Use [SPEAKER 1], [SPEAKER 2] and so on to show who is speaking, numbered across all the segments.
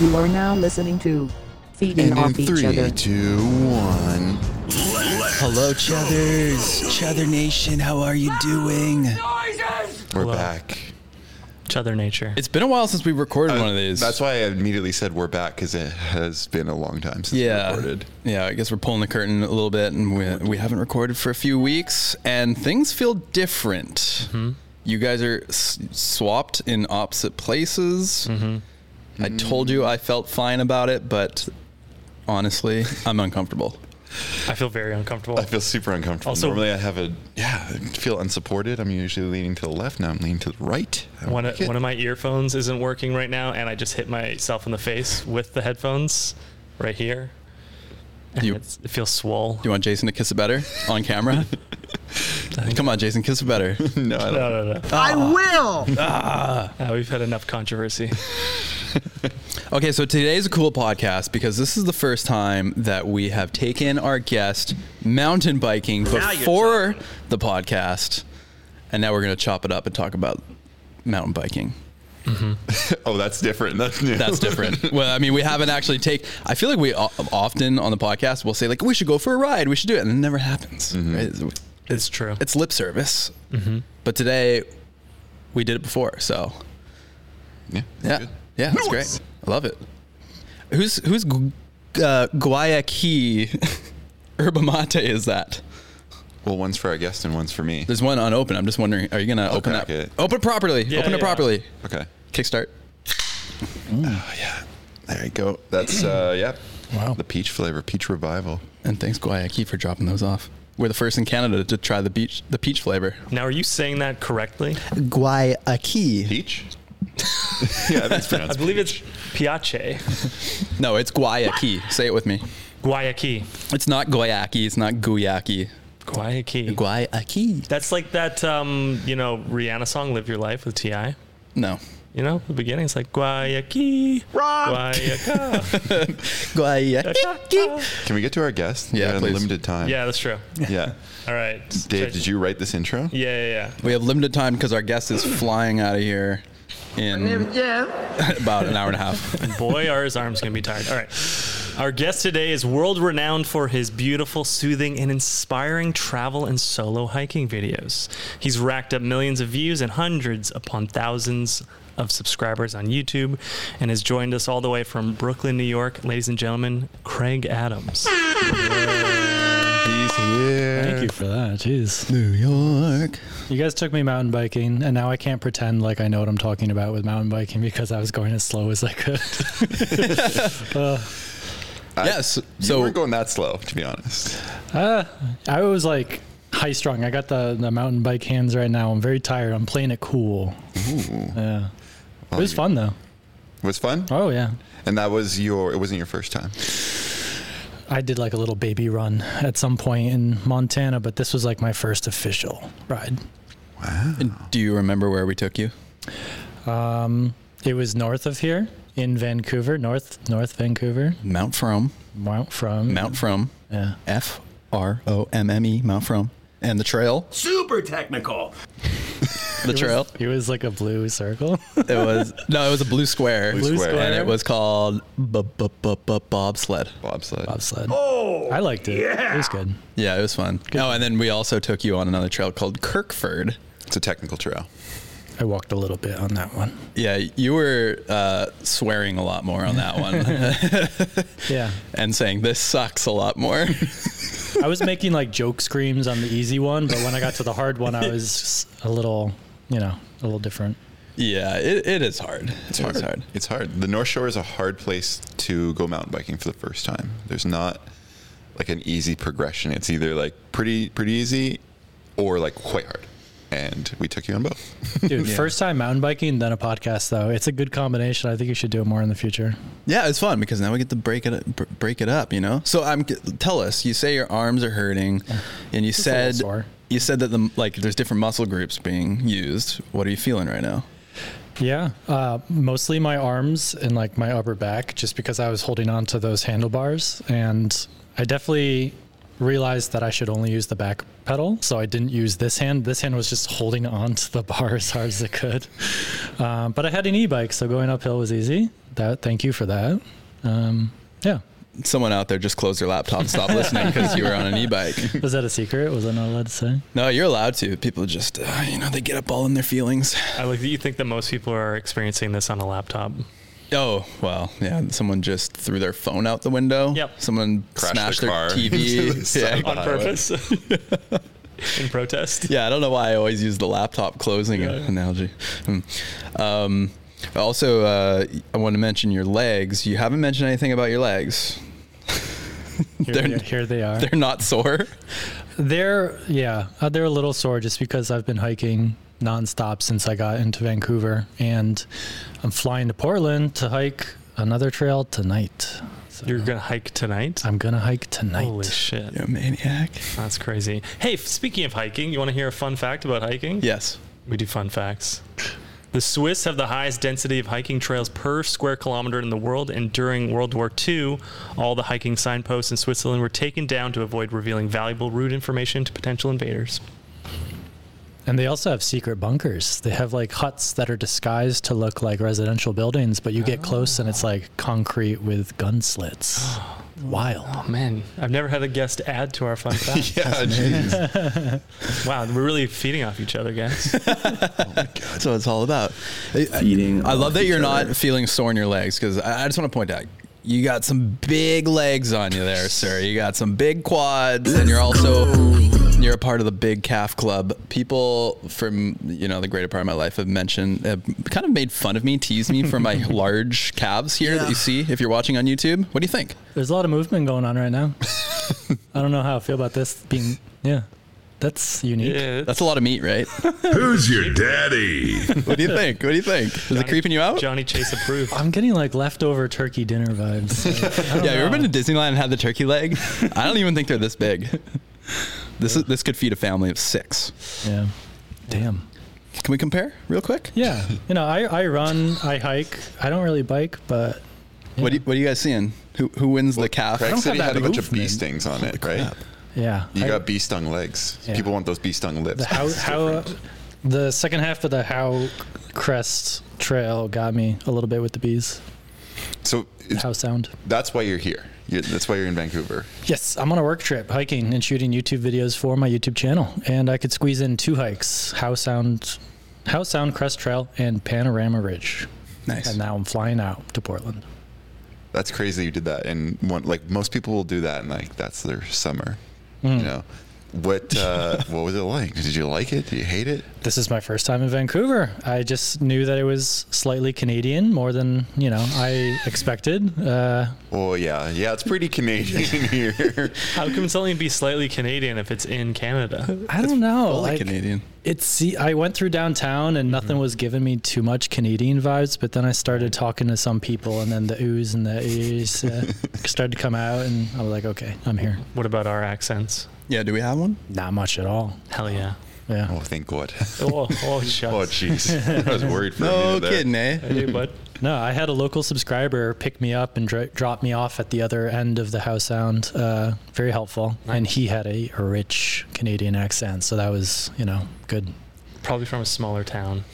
[SPEAKER 1] You are now listening to Feeding
[SPEAKER 2] and in
[SPEAKER 1] Off Each
[SPEAKER 2] three,
[SPEAKER 1] Other.
[SPEAKER 2] two, one.
[SPEAKER 3] Hello, Chuthers. Chuther Nation, how are you doing?
[SPEAKER 2] We're
[SPEAKER 4] Hello.
[SPEAKER 2] back.
[SPEAKER 4] Chother nature.
[SPEAKER 3] It's been a while since we recorded one of these.
[SPEAKER 2] That's why I immediately said we're back because it has been a long time since
[SPEAKER 3] yeah.
[SPEAKER 2] we recorded.
[SPEAKER 3] Yeah, I guess we're pulling the curtain a little bit and we, we haven't recorded for a few weeks and things feel different.
[SPEAKER 2] Mm-hmm.
[SPEAKER 3] You guys are s- swapped in opposite places.
[SPEAKER 2] Mm-hmm.
[SPEAKER 3] I told you I felt fine about it, but honestly, I'm uncomfortable.
[SPEAKER 4] I feel very uncomfortable.
[SPEAKER 2] I feel super uncomfortable.
[SPEAKER 4] Also-
[SPEAKER 2] Normally, I have a yeah, I feel unsupported. I'm usually leaning to the left. Now I'm leaning to the right. I don't
[SPEAKER 4] one
[SPEAKER 2] like
[SPEAKER 4] of,
[SPEAKER 2] it.
[SPEAKER 4] one of my earphones isn't working right now, and I just hit myself in the face with the headphones right here. And
[SPEAKER 3] You-
[SPEAKER 4] it's, it feels swole.
[SPEAKER 3] Do you want Jason to kiss it better on camera? Come on, Jason, kiss it better.
[SPEAKER 2] no, I don't.
[SPEAKER 4] no, no, no.
[SPEAKER 1] I will!
[SPEAKER 4] Ah, we've had enough controversy.
[SPEAKER 3] Okay, so today's a cool podcast because this is the first time that we have taken our guest mountain biking before the podcast, and now we're going to chop it up and talk about mountain biking.
[SPEAKER 2] Oh, that's different. That's new.
[SPEAKER 3] That's different. well, I mean, we haven't actually take. I feel like we o- often on the podcast will say like we should go for a ride, we should do it, and it never happens. right? It's,
[SPEAKER 4] It's true.
[SPEAKER 3] it's lip service, but today we did it before, so
[SPEAKER 2] yeah,
[SPEAKER 3] Yeah,
[SPEAKER 2] good.
[SPEAKER 3] yeah, that's great. I love it. Who's who's gu- uh, Guayaquil Herba Mate is that?
[SPEAKER 2] Well, one's for our guest and one's for me.
[SPEAKER 3] There's one unopened. I'm just wondering, are you gonna open
[SPEAKER 2] crack
[SPEAKER 3] up?
[SPEAKER 2] it.
[SPEAKER 3] Open it properly.
[SPEAKER 4] Yeah,
[SPEAKER 3] open it
[SPEAKER 4] yeah.
[SPEAKER 3] properly.
[SPEAKER 2] Okay.
[SPEAKER 3] Kickstart.
[SPEAKER 2] Oh yeah. There you go. That's uh yep.
[SPEAKER 3] Wow.
[SPEAKER 2] The peach flavor, peach revival.
[SPEAKER 3] And thanks Guayaquil for dropping those off. We're the first in Canada to try the beach the peach flavor.
[SPEAKER 4] now, are you saying that correctly?
[SPEAKER 3] Guayaquil.
[SPEAKER 2] Peach. yeah, that's
[SPEAKER 4] I
[SPEAKER 2] pronounced.
[SPEAKER 4] believe it's Piace,
[SPEAKER 3] No, it's Guayaquil. Say it with me.
[SPEAKER 4] Guayaquil,
[SPEAKER 3] It's not Guayaquil. It's not Guyaki.
[SPEAKER 4] Guayaquil.
[SPEAKER 3] Guayaquil.
[SPEAKER 4] That's like that, um, you know, Rihanna song "Live Your Life" with Ti.
[SPEAKER 3] No.
[SPEAKER 4] You know, the beginning it's like Guayaquil, Guayaquil.
[SPEAKER 3] Guayaquil.
[SPEAKER 2] Can we get to our guest?
[SPEAKER 3] Yeah,
[SPEAKER 2] We have
[SPEAKER 3] please.
[SPEAKER 2] Limited time.
[SPEAKER 4] yeah, that's true.
[SPEAKER 2] Yeah.
[SPEAKER 4] All right,
[SPEAKER 2] Dave, did you write this intro?
[SPEAKER 4] Yeah, yeah, yeah.
[SPEAKER 3] We have limited time because our guest is flying out of here in about an hour and a half.
[SPEAKER 4] Boy, are his arms going to be tired. All right. Our guest today is world renowned for his beautiful, soothing, and inspiring travel and solo hiking videos. He's racked up millions of views and hundreds upon thousands of subscribers on YouTube and has joined us all the way from Brooklyn, New York. Ladies and gentlemen, Craig Adams.
[SPEAKER 2] He's here.
[SPEAKER 5] Thank you for that. Jeez.
[SPEAKER 3] New York.
[SPEAKER 5] You guys took me mountain biking, and now I can't pretend like I know what I'm talking about with mountain biking because I was going as slow as I could.
[SPEAKER 3] yes.
[SPEAKER 2] you
[SPEAKER 3] So
[SPEAKER 2] weren't going that slow, to be honest.
[SPEAKER 5] Uh, I was like high strung. I got the, the mountain bike hands right now. I'm very tired. I'm playing it cool. Yeah. it was
[SPEAKER 2] you-
[SPEAKER 5] fun, though.
[SPEAKER 2] It was fun,
[SPEAKER 5] Oh, yeah.
[SPEAKER 2] and that was your. It wasn't your first time.
[SPEAKER 5] I did like a little baby run at some point in Montana, but this was like my first official ride.
[SPEAKER 3] do you remember where we took you?
[SPEAKER 5] It was north of here in Vancouver, north north Vancouver,
[SPEAKER 3] Mount Frome.
[SPEAKER 5] Mount from
[SPEAKER 3] Mount Frome.
[SPEAKER 5] Yeah.
[SPEAKER 3] F R O M M E. Mount Frome. And the trail.
[SPEAKER 6] super technical.
[SPEAKER 3] The trail.
[SPEAKER 5] It was like a blue circle.
[SPEAKER 3] It was no, it was a blue square.
[SPEAKER 2] Blue square.
[SPEAKER 3] And it was called bu- bu- bu- bu- bobsled.
[SPEAKER 2] Bobsled.
[SPEAKER 5] bobsled. Oh, I liked it. It was good.
[SPEAKER 3] Yeah, it was fun. Oh, and then we also took you on another trail called Kirkford.
[SPEAKER 2] It's a technical trail.
[SPEAKER 5] I walked a little bit on that one.
[SPEAKER 3] Yeah, you were uh, swearing a lot more on that one
[SPEAKER 5] Yeah,
[SPEAKER 3] and saying this sucks a lot more.
[SPEAKER 5] I was making like joke screams on the easy one, but when I got to the hard one, I was a little, you know, a little different.
[SPEAKER 3] Yeah, it, it is hard. It's hard. hard.
[SPEAKER 2] It's hard. The North Shore is a hard place to go mountain biking for the first time. There's not like an easy progression. It's either like pretty pretty easy or like quite hard. And we took you on both.
[SPEAKER 5] Dude, first time mountain biking, then a podcast though. It's a good combination. I think you should do it more in the future.
[SPEAKER 3] Yeah, it's fun because now we get to break it br- break it up, you know. So I'm tell us. You say your arms are hurting, and you
[SPEAKER 5] a little
[SPEAKER 3] said
[SPEAKER 5] sore.
[SPEAKER 3] you said that the like there's different muscle groups being used. What are you feeling right now?
[SPEAKER 5] Yeah, uh, mostly my arms and like my upper back, just because I was holding on to those handlebars, and I definitely realized that I should only use the back pedal, so I didn't use this hand. This hand was just holding on to the bar as hard as it could. Um, but I had an e-bike, so going uphill was easy. That thank you for that. Um, yeah,
[SPEAKER 3] Someone out there just closed their laptop, and stopped listening because you were on an e-bike.
[SPEAKER 5] was that a secret? Was I not allowed to say?
[SPEAKER 3] No, you're allowed to. People just, uh, you know, they get up all in their feelings.
[SPEAKER 4] I like that you think that most people are experiencing this on a laptop.
[SPEAKER 3] Oh well, yeah. Someone just threw their phone out the window.
[SPEAKER 4] Yep.
[SPEAKER 3] Someone
[SPEAKER 2] Crashed
[SPEAKER 3] smashed
[SPEAKER 2] their
[SPEAKER 3] their
[SPEAKER 2] car
[SPEAKER 3] TV.
[SPEAKER 2] into the
[SPEAKER 3] yeah.
[SPEAKER 2] sidewalk.
[SPEAKER 4] on
[SPEAKER 2] Wow.
[SPEAKER 4] purpose in protest.
[SPEAKER 3] yeah, I don't know why I always use the laptop closing analogy. Hmm. Um, also, uh, I want to mention your legs. You haven't mentioned anything about your legs.
[SPEAKER 5] Here,
[SPEAKER 3] They're-
[SPEAKER 5] they- here they are.
[SPEAKER 3] They're not sore.
[SPEAKER 5] They're yeah, uh, they're a little sore just because I've been hiking nonstop since I got into Vancouver, and I'm flying to Portland to hike another trail tonight. So
[SPEAKER 4] You're gonna hike tonight?
[SPEAKER 5] I'm gonna hike tonight.
[SPEAKER 4] Holy shit.
[SPEAKER 3] You maniac.
[SPEAKER 4] That's crazy. Hey, f- speaking of hiking, you want to hear a fun fact about hiking?
[SPEAKER 3] Yes.
[SPEAKER 4] We do fun facts. The Swiss have the highest density of hiking trails per square kilometer in the world, and during World War II, all the hiking signposts in Switzerland were taken down to avoid revealing valuable route information to potential invaders.
[SPEAKER 5] And they also have secret bunkers. They have like huts that are disguised to look like residential buildings, but you get close and it's like concrete with gun slits. Wild.
[SPEAKER 4] Oh man, I've never had a guest add to our fun fact.
[SPEAKER 2] Yeah, jeez.
[SPEAKER 4] Wow, we're really feeding off each other, guys.
[SPEAKER 3] That's what it's all about.
[SPEAKER 6] Eating.
[SPEAKER 3] I love
[SPEAKER 6] off
[SPEAKER 3] that
[SPEAKER 6] each
[SPEAKER 3] you're not
[SPEAKER 6] other.
[SPEAKER 3] feeling sore in your legs because I, I just want to point out you got some big legs on you there, sir. You got some big quads, and you're also you're a part of the big calf club. People from you know the greater part of my life have mentioned, have kind of made fun of me, teased me for my large calves here that you see if you're watching on YouTube. What do you think?
[SPEAKER 5] There's a lot of movement going on right now. I don't know how I feel about this being, yeah, that's unique.
[SPEAKER 4] Yeah,
[SPEAKER 3] That's a lot of meat, right?
[SPEAKER 7] Who's your daddy?
[SPEAKER 3] What do you think? What do you think? Is it creeping you out?
[SPEAKER 4] Johnny Chase approved.
[SPEAKER 5] I'm getting like leftover turkey dinner vibes.
[SPEAKER 3] Yeah, you ever
[SPEAKER 5] Um,
[SPEAKER 3] been to Disneyland and had the turkey leg? I don't even think they're this big. This is this could feed a family of six.
[SPEAKER 5] yeah. Damn.
[SPEAKER 3] Can we compare real quick?
[SPEAKER 5] Yeah. You know, I, I run, I hike. I don't really bike, but
[SPEAKER 3] What, do you, what are you guys seeing? Who who wins the calf?
[SPEAKER 2] Craig said he
[SPEAKER 5] that
[SPEAKER 2] had a bunch of bee
[SPEAKER 5] movement.
[SPEAKER 2] stings on it, right?
[SPEAKER 5] yeah.
[SPEAKER 2] You
[SPEAKER 5] I-
[SPEAKER 2] got bee stung legs.
[SPEAKER 5] Yeah.
[SPEAKER 2] People want those bee stung lips.
[SPEAKER 5] the how,
[SPEAKER 2] It's
[SPEAKER 5] how
[SPEAKER 2] different.
[SPEAKER 5] the second half of the how crest trail got me a little bit with the bees.
[SPEAKER 2] so it's,
[SPEAKER 5] How sound.
[SPEAKER 2] that's why you're here. You're, that's why you're in Vancouver.
[SPEAKER 5] Yes, I'm on a work trip hiking and shooting YouTube videos for my YouTube channel, and I could squeeze in two hikes: How Sound, How Sound Crest Trail, and Panorama Ridge.
[SPEAKER 3] Nice.
[SPEAKER 5] And uh, now I'm flying out to Portland.
[SPEAKER 2] That's crazy you did that. And one, like most people will do that, and like that's their summer.
[SPEAKER 5] Hmm.
[SPEAKER 2] You know, what uh, what was it like? Did you like it? Did you hate it?
[SPEAKER 5] This is my first time in Vancouver. I just knew that it was slightly Canadian, more than you know I expected. Uh,
[SPEAKER 2] Oh yeah, yeah. It's pretty Canadian here.
[SPEAKER 4] How can it's only be slightly Canadian if it's in Canada?
[SPEAKER 5] I don't know.
[SPEAKER 3] Fully
[SPEAKER 5] like,
[SPEAKER 3] Canadian. Mm-hmm.
[SPEAKER 5] It's see, I went through downtown and nothing was giving me too much Canadian vibes, but then I started talking to some people, and then the oohs and the ears uh, started to come out, and I was like, okay, I'm here.
[SPEAKER 4] What about our accents?
[SPEAKER 3] Yeah, do we have one?
[SPEAKER 5] Not much at all.
[SPEAKER 4] Hell yeah.
[SPEAKER 5] Yeah.
[SPEAKER 2] Oh, thank God.
[SPEAKER 4] Oh, oh shucks.
[SPEAKER 2] Oh, jeez. I was worried for a
[SPEAKER 3] No
[SPEAKER 2] minute there.
[SPEAKER 3] kidding, eh?
[SPEAKER 4] Hey, bud.
[SPEAKER 5] No, I had a local subscriber pick me up and dro- drop me off at the other end of the house sound. Uh, very helpful. And he had a rich Canadian accent, so that was, you know, good.
[SPEAKER 4] Probably from a smaller town.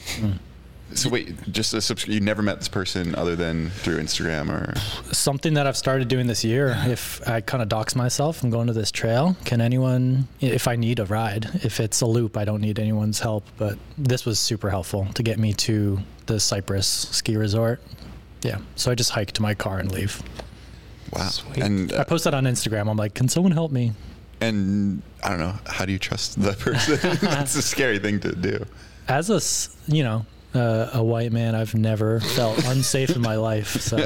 [SPEAKER 2] So wait, just a subscri- you never met this person other than through Instagram or
[SPEAKER 5] something that I've started doing this year. If I kind of dox myself, I'm going to this trail. Can anyone, if I need a ride, if it's a loop, I don't need anyone's help. But this was super helpful to get me to the Cypress ski resort. Yeah. So I just hike to my car and leave.
[SPEAKER 2] wow. And uh,
[SPEAKER 5] I post that on Instagram. I'm like, can someone help me?
[SPEAKER 2] and I don't know. How do you trust the person? That's a scary thing to do.
[SPEAKER 5] As a, s- you know, uh, a white man, I've never felt unsafe in my life. So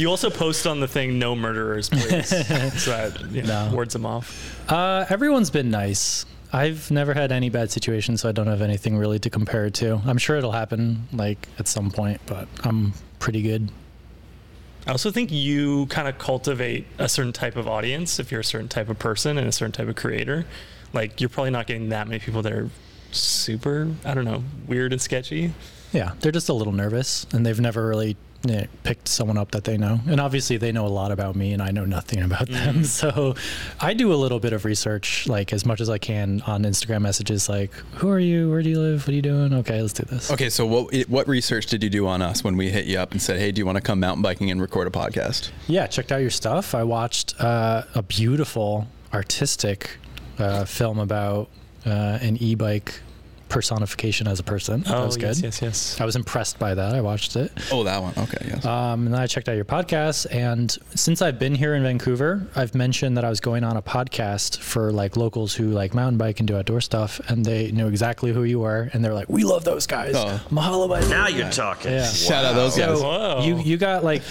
[SPEAKER 4] You also post on the thing, no murderers, please. so that you know,
[SPEAKER 5] No.
[SPEAKER 4] wards them off.
[SPEAKER 5] Uh, everyone's been nice. I've never had any bad situations, so I don't have anything really to compare it to. I'm sure it'll happen like at some point, but I'm pretty good.
[SPEAKER 4] I also think you kind of cultivate a certain type of audience if you're a certain type of person and a certain type of creator. Like, you're probably not getting that many people that are super, I don't know, weird and sketchy.
[SPEAKER 5] Yeah, they're just a little nervous, and they've never really yeah, picked someone up that they know. And obviously, they know a lot about me, and I know nothing about them. So I do a little bit of research, like as much as I can on Instagram messages, like, who are you? Where do you live? What are you doing? Okay, let's do this.
[SPEAKER 3] Okay, so what it- what research did you do on us when we hit you up and said, "Hey, do you want to come mountain biking and record a podcast?"
[SPEAKER 5] Yeah, checked out your stuff. I watched uh, a beautiful artistic uh, film about uh, an e bike personification as a person. that
[SPEAKER 4] Oh,
[SPEAKER 5] was good.
[SPEAKER 4] yes, yes, yes.
[SPEAKER 5] I was impressed by that. I watched it.
[SPEAKER 3] Oh, that one. Okay, yes.
[SPEAKER 5] Um, and then I checked out your podcast. And since I've been here in Vancouver, I've mentioned that I was going on a podcast for like locals who like mountain bike and do outdoor stuff. And they knew exactly who you were. And they're like, we love those guys.
[SPEAKER 3] Oh.
[SPEAKER 5] Mahalo by
[SPEAKER 6] Now you're talking.
[SPEAKER 5] Yeah.
[SPEAKER 3] Shout out those guys.
[SPEAKER 5] So
[SPEAKER 4] Whoa.
[SPEAKER 5] you, you got like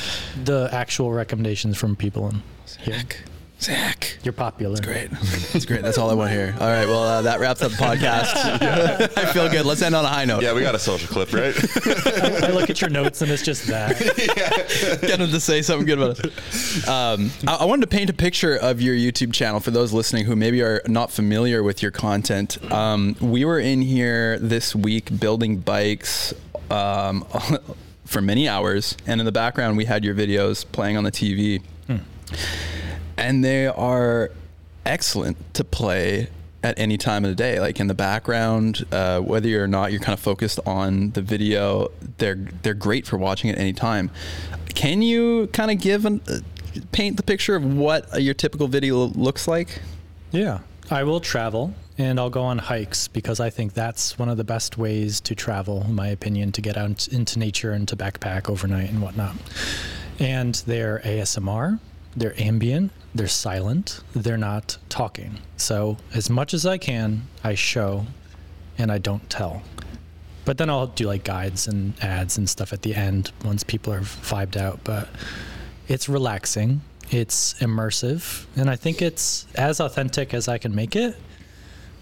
[SPEAKER 5] the actual recommendations from people. And
[SPEAKER 3] Zach, Zach.
[SPEAKER 5] you're popular.
[SPEAKER 3] Great. That's great. That's all I want to hear. All right. Well, uh, that wraps up the podcast. I feel good. Let's end on a high note.
[SPEAKER 2] Yeah, we got a social clip, right?
[SPEAKER 5] I look at your notes and it's just that.
[SPEAKER 3] Get him to say something good about us. Um, I, I wanted to paint a picture of your YouTube channel for those listening who maybe are not familiar with your content. Um, we were in here this week building bikes um, for many hours, and in the background, we had your videos playing on the TV. and they are excellent to play at any time of the day like in the background uh, whether or not you're kind of focused on the video they're they're great for watching at any time can you kind of give an uh, paint the picture of what your typical video looks like
[SPEAKER 5] Yeah. I will travel and I'll go on hikes because I think that's one of the best ways to travel, in my opinion, to get out into nature and to backpack overnight and whatnot. And they're ASMR, they're ambient, they're silent, they're not talking. So, as much as I can, I show and I don't tell. But then I'll do like guides and ads and stuff at the end once people are vibed out. But it's relaxing it's immersive and i think it's as authentic as i can make it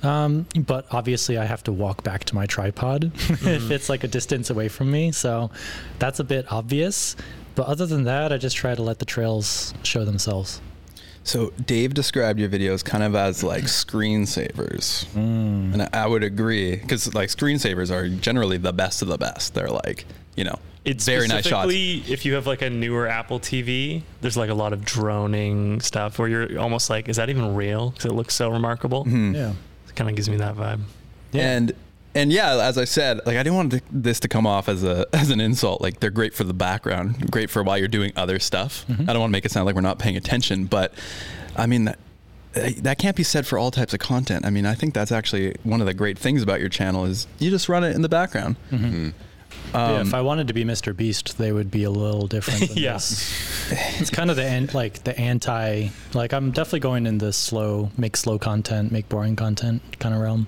[SPEAKER 5] um, but obviously i have to walk back to my tripod if it's like a distance away from me so that's a bit obvious but other than that i just try to let the trails show themselves
[SPEAKER 3] so dave described your videos kind of as like screensavers
[SPEAKER 4] Mm.
[SPEAKER 3] and I, I would agree because like screensavers are generally the best of the best they're like you know
[SPEAKER 4] It's
[SPEAKER 3] very nice shots
[SPEAKER 4] specifically If you have like a newer Apple TV, there's like a lot of droning stuff where you're almost like, is that even real? Because it looks so remarkable.
[SPEAKER 5] yeah
[SPEAKER 4] It kind of gives me that vibe.
[SPEAKER 3] and and yeah, as I said, like I didn't want th- this to come off as a as an insult. Like they're great for the background, great for while you're doing other stuff. I don't want to make it sound like we're not paying attention, but I mean that eh, that can't be said for all types of content. I mean, I think that's actually one of the great things about your channel is you just run it in the background.
[SPEAKER 5] Yeah, if I wanted to be Mr. Beast, they would be a little different. Than
[SPEAKER 4] Yeah.
[SPEAKER 5] this. it's kind of the an, like the anti. Like I'm definitely going in the slow, make slow content, make boring content kind of realm.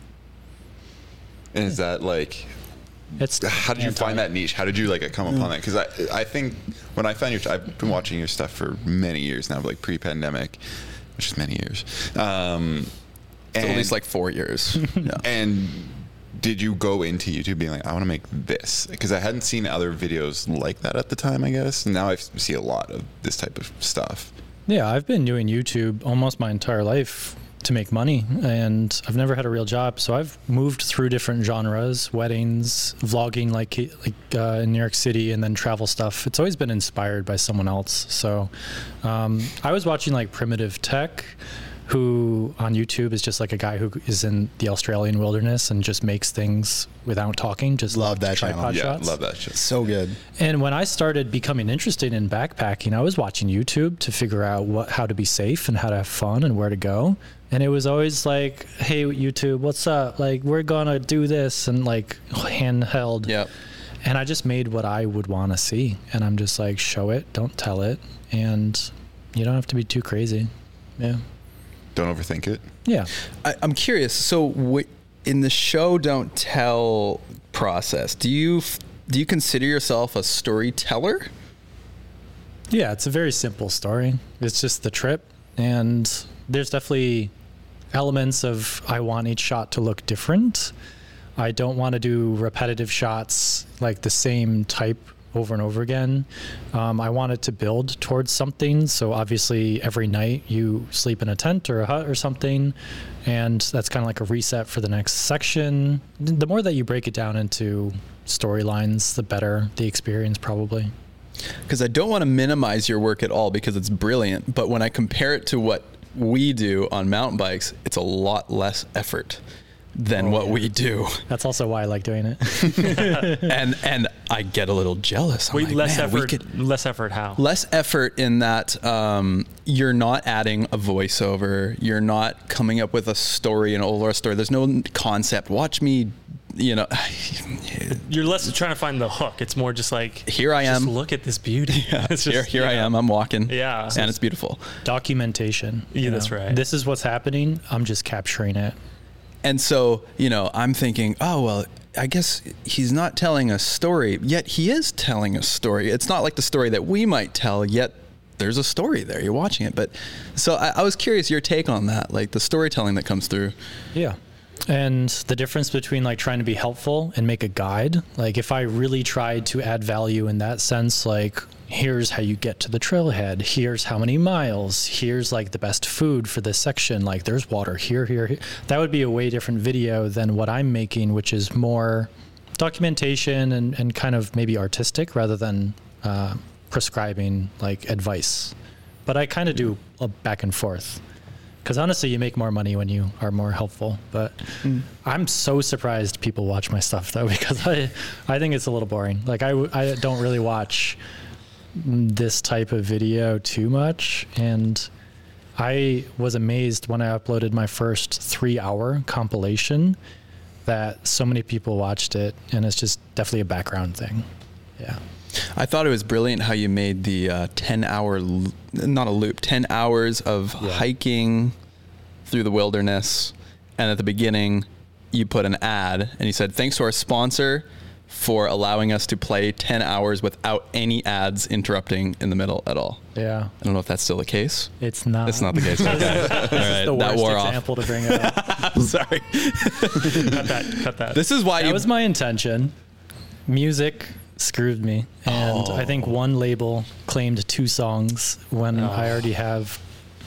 [SPEAKER 2] and is that like
[SPEAKER 5] It's
[SPEAKER 2] how did you
[SPEAKER 5] anti-
[SPEAKER 2] find that niche? How did you like come
[SPEAKER 3] Mm.
[SPEAKER 2] upon that? Because I, I think when I found your, I've been watching your stuff for many years now, like pre-pandemic, which is many years. Um,
[SPEAKER 3] So at
[SPEAKER 2] and-
[SPEAKER 3] least like four years. yeah.
[SPEAKER 2] And did you go into YouTube being like, I want to make this? Because I hadn't seen other videos like that at the time, I guess. Now I see a lot of this type of stuff.
[SPEAKER 5] Yeah, I've been doing YouTube almost my entire life to make money, and I've never had a real job. So I've moved through different genres: weddings, vlogging, like like uh, in New York City, and then travel stuff. It's always been inspired by someone else. So um, I was watching like primitive tech. Who on YouTube is just like a guy who is in the Australian wilderness and just makes things without talking. Just
[SPEAKER 8] Love
[SPEAKER 5] like
[SPEAKER 8] that channel.
[SPEAKER 5] tripod
[SPEAKER 2] yeah,
[SPEAKER 5] shots.
[SPEAKER 2] love that shit.
[SPEAKER 8] So good.
[SPEAKER 5] And when I started becoming interested in backpacking, I was watching YouTube to figure out what how to be safe and how to have fun and where to go. And it was always like, "Hey YouTube, what's up? Like we're going to do this and like handheld."
[SPEAKER 3] Yep.
[SPEAKER 5] And I just made what I would want to see, and I'm just like, "Show it, don't tell it." And you don't have to be too crazy. Yeah.
[SPEAKER 2] Don't overthink it.
[SPEAKER 5] Yeah.
[SPEAKER 3] I, I'm curious. So, w- in the show don't tell process, do you f- do you consider yourself a storyteller?
[SPEAKER 5] Yeah, it's a very simple story. It's just the trip, and there's definitely elements of I want each shot to look different. I don't want to do repetitive shots like the same type over and over again. Um, I want it to build towards something. So obviously, every night you sleep in a tent or a hut or something, and that's kind of like a reset for the next section. The more that you break it down into storylines, the better the experience probably.
[SPEAKER 3] because I don't want to minimize your work at all because it's brilliant. But when I compare it to what we do on mountain bikes, it's a lot less effort
[SPEAKER 4] Oh,
[SPEAKER 3] than what we do.
[SPEAKER 5] That's also why I like doing it.
[SPEAKER 3] and and I get a little jealous. I'm
[SPEAKER 4] Wait,
[SPEAKER 3] like,
[SPEAKER 4] less
[SPEAKER 3] "Man, we
[SPEAKER 4] effort.
[SPEAKER 3] could-
[SPEAKER 4] less effort. How?
[SPEAKER 3] less effort in that um, you're not adding a voiceover. You're not coming up with a story, an old story. There's no concept. Watch me, you know.
[SPEAKER 4] You're less trying to find the hook. It's more just like
[SPEAKER 3] Here I
[SPEAKER 4] Just
[SPEAKER 3] am.
[SPEAKER 4] look at this beauty. It's
[SPEAKER 3] here
[SPEAKER 4] just,
[SPEAKER 3] here I
[SPEAKER 4] yeah.
[SPEAKER 3] am. I'm walking.
[SPEAKER 4] Yeah.
[SPEAKER 3] and it's beautiful.
[SPEAKER 5] Documentation.
[SPEAKER 4] Yeah,
[SPEAKER 5] you
[SPEAKER 4] that's right.
[SPEAKER 5] This is what's happening. I'm just capturing it.
[SPEAKER 3] And so, you know, I'm thinking, oh, well, I guess he's not telling a story, yet he is telling a story. It's not like the story that we might tell, yet there's a story there. You're watching it. But so I, I was curious your take on that, like the storytelling that comes through.
[SPEAKER 5] Yeah. And the difference between like trying to be helpful and make a guide, like if I really tried to add value in that sense, like here's how you get to the trailhead, here's how many miles, here's like the best food for this section, like there's water here, here, here. That would be a way different video than what I'm making, which is more documentation and, and kind of maybe artistic rather than uh, prescribing like advice. But I kind of do a back and forth. Because honestly, you make more money when you are more helpful. But I'm so surprised people watch my stuff though, because I, I think it's a little boring. Like I, w- I don't really watch this type of video too much, and I was amazed when I uploaded my first three-hour compilation that so many people watched it, and it's just definitely a background thing. Yeah.
[SPEAKER 3] I thought it was brilliant how you made the uh, 10 hour, l- not a loop, 10 hours of hiking through the wilderness. And at the beginning, you put an ad and you said, thanks to our sponsor for allowing us to play 10 hours without any ads interrupting in the middle at all.
[SPEAKER 5] Yeah.
[SPEAKER 3] I don't know if that's still the case.
[SPEAKER 5] It's not.
[SPEAKER 3] That's not the case. Okay. All right.
[SPEAKER 5] the
[SPEAKER 3] that
[SPEAKER 5] worst
[SPEAKER 3] wore off.
[SPEAKER 5] example to bring up.
[SPEAKER 3] Sorry.
[SPEAKER 4] Cut that. Cut that.
[SPEAKER 3] This is why
[SPEAKER 5] That
[SPEAKER 3] you
[SPEAKER 5] was my intention. Music screwed me, and I
[SPEAKER 3] Oh.
[SPEAKER 5] think one label claimed two songs when I already have.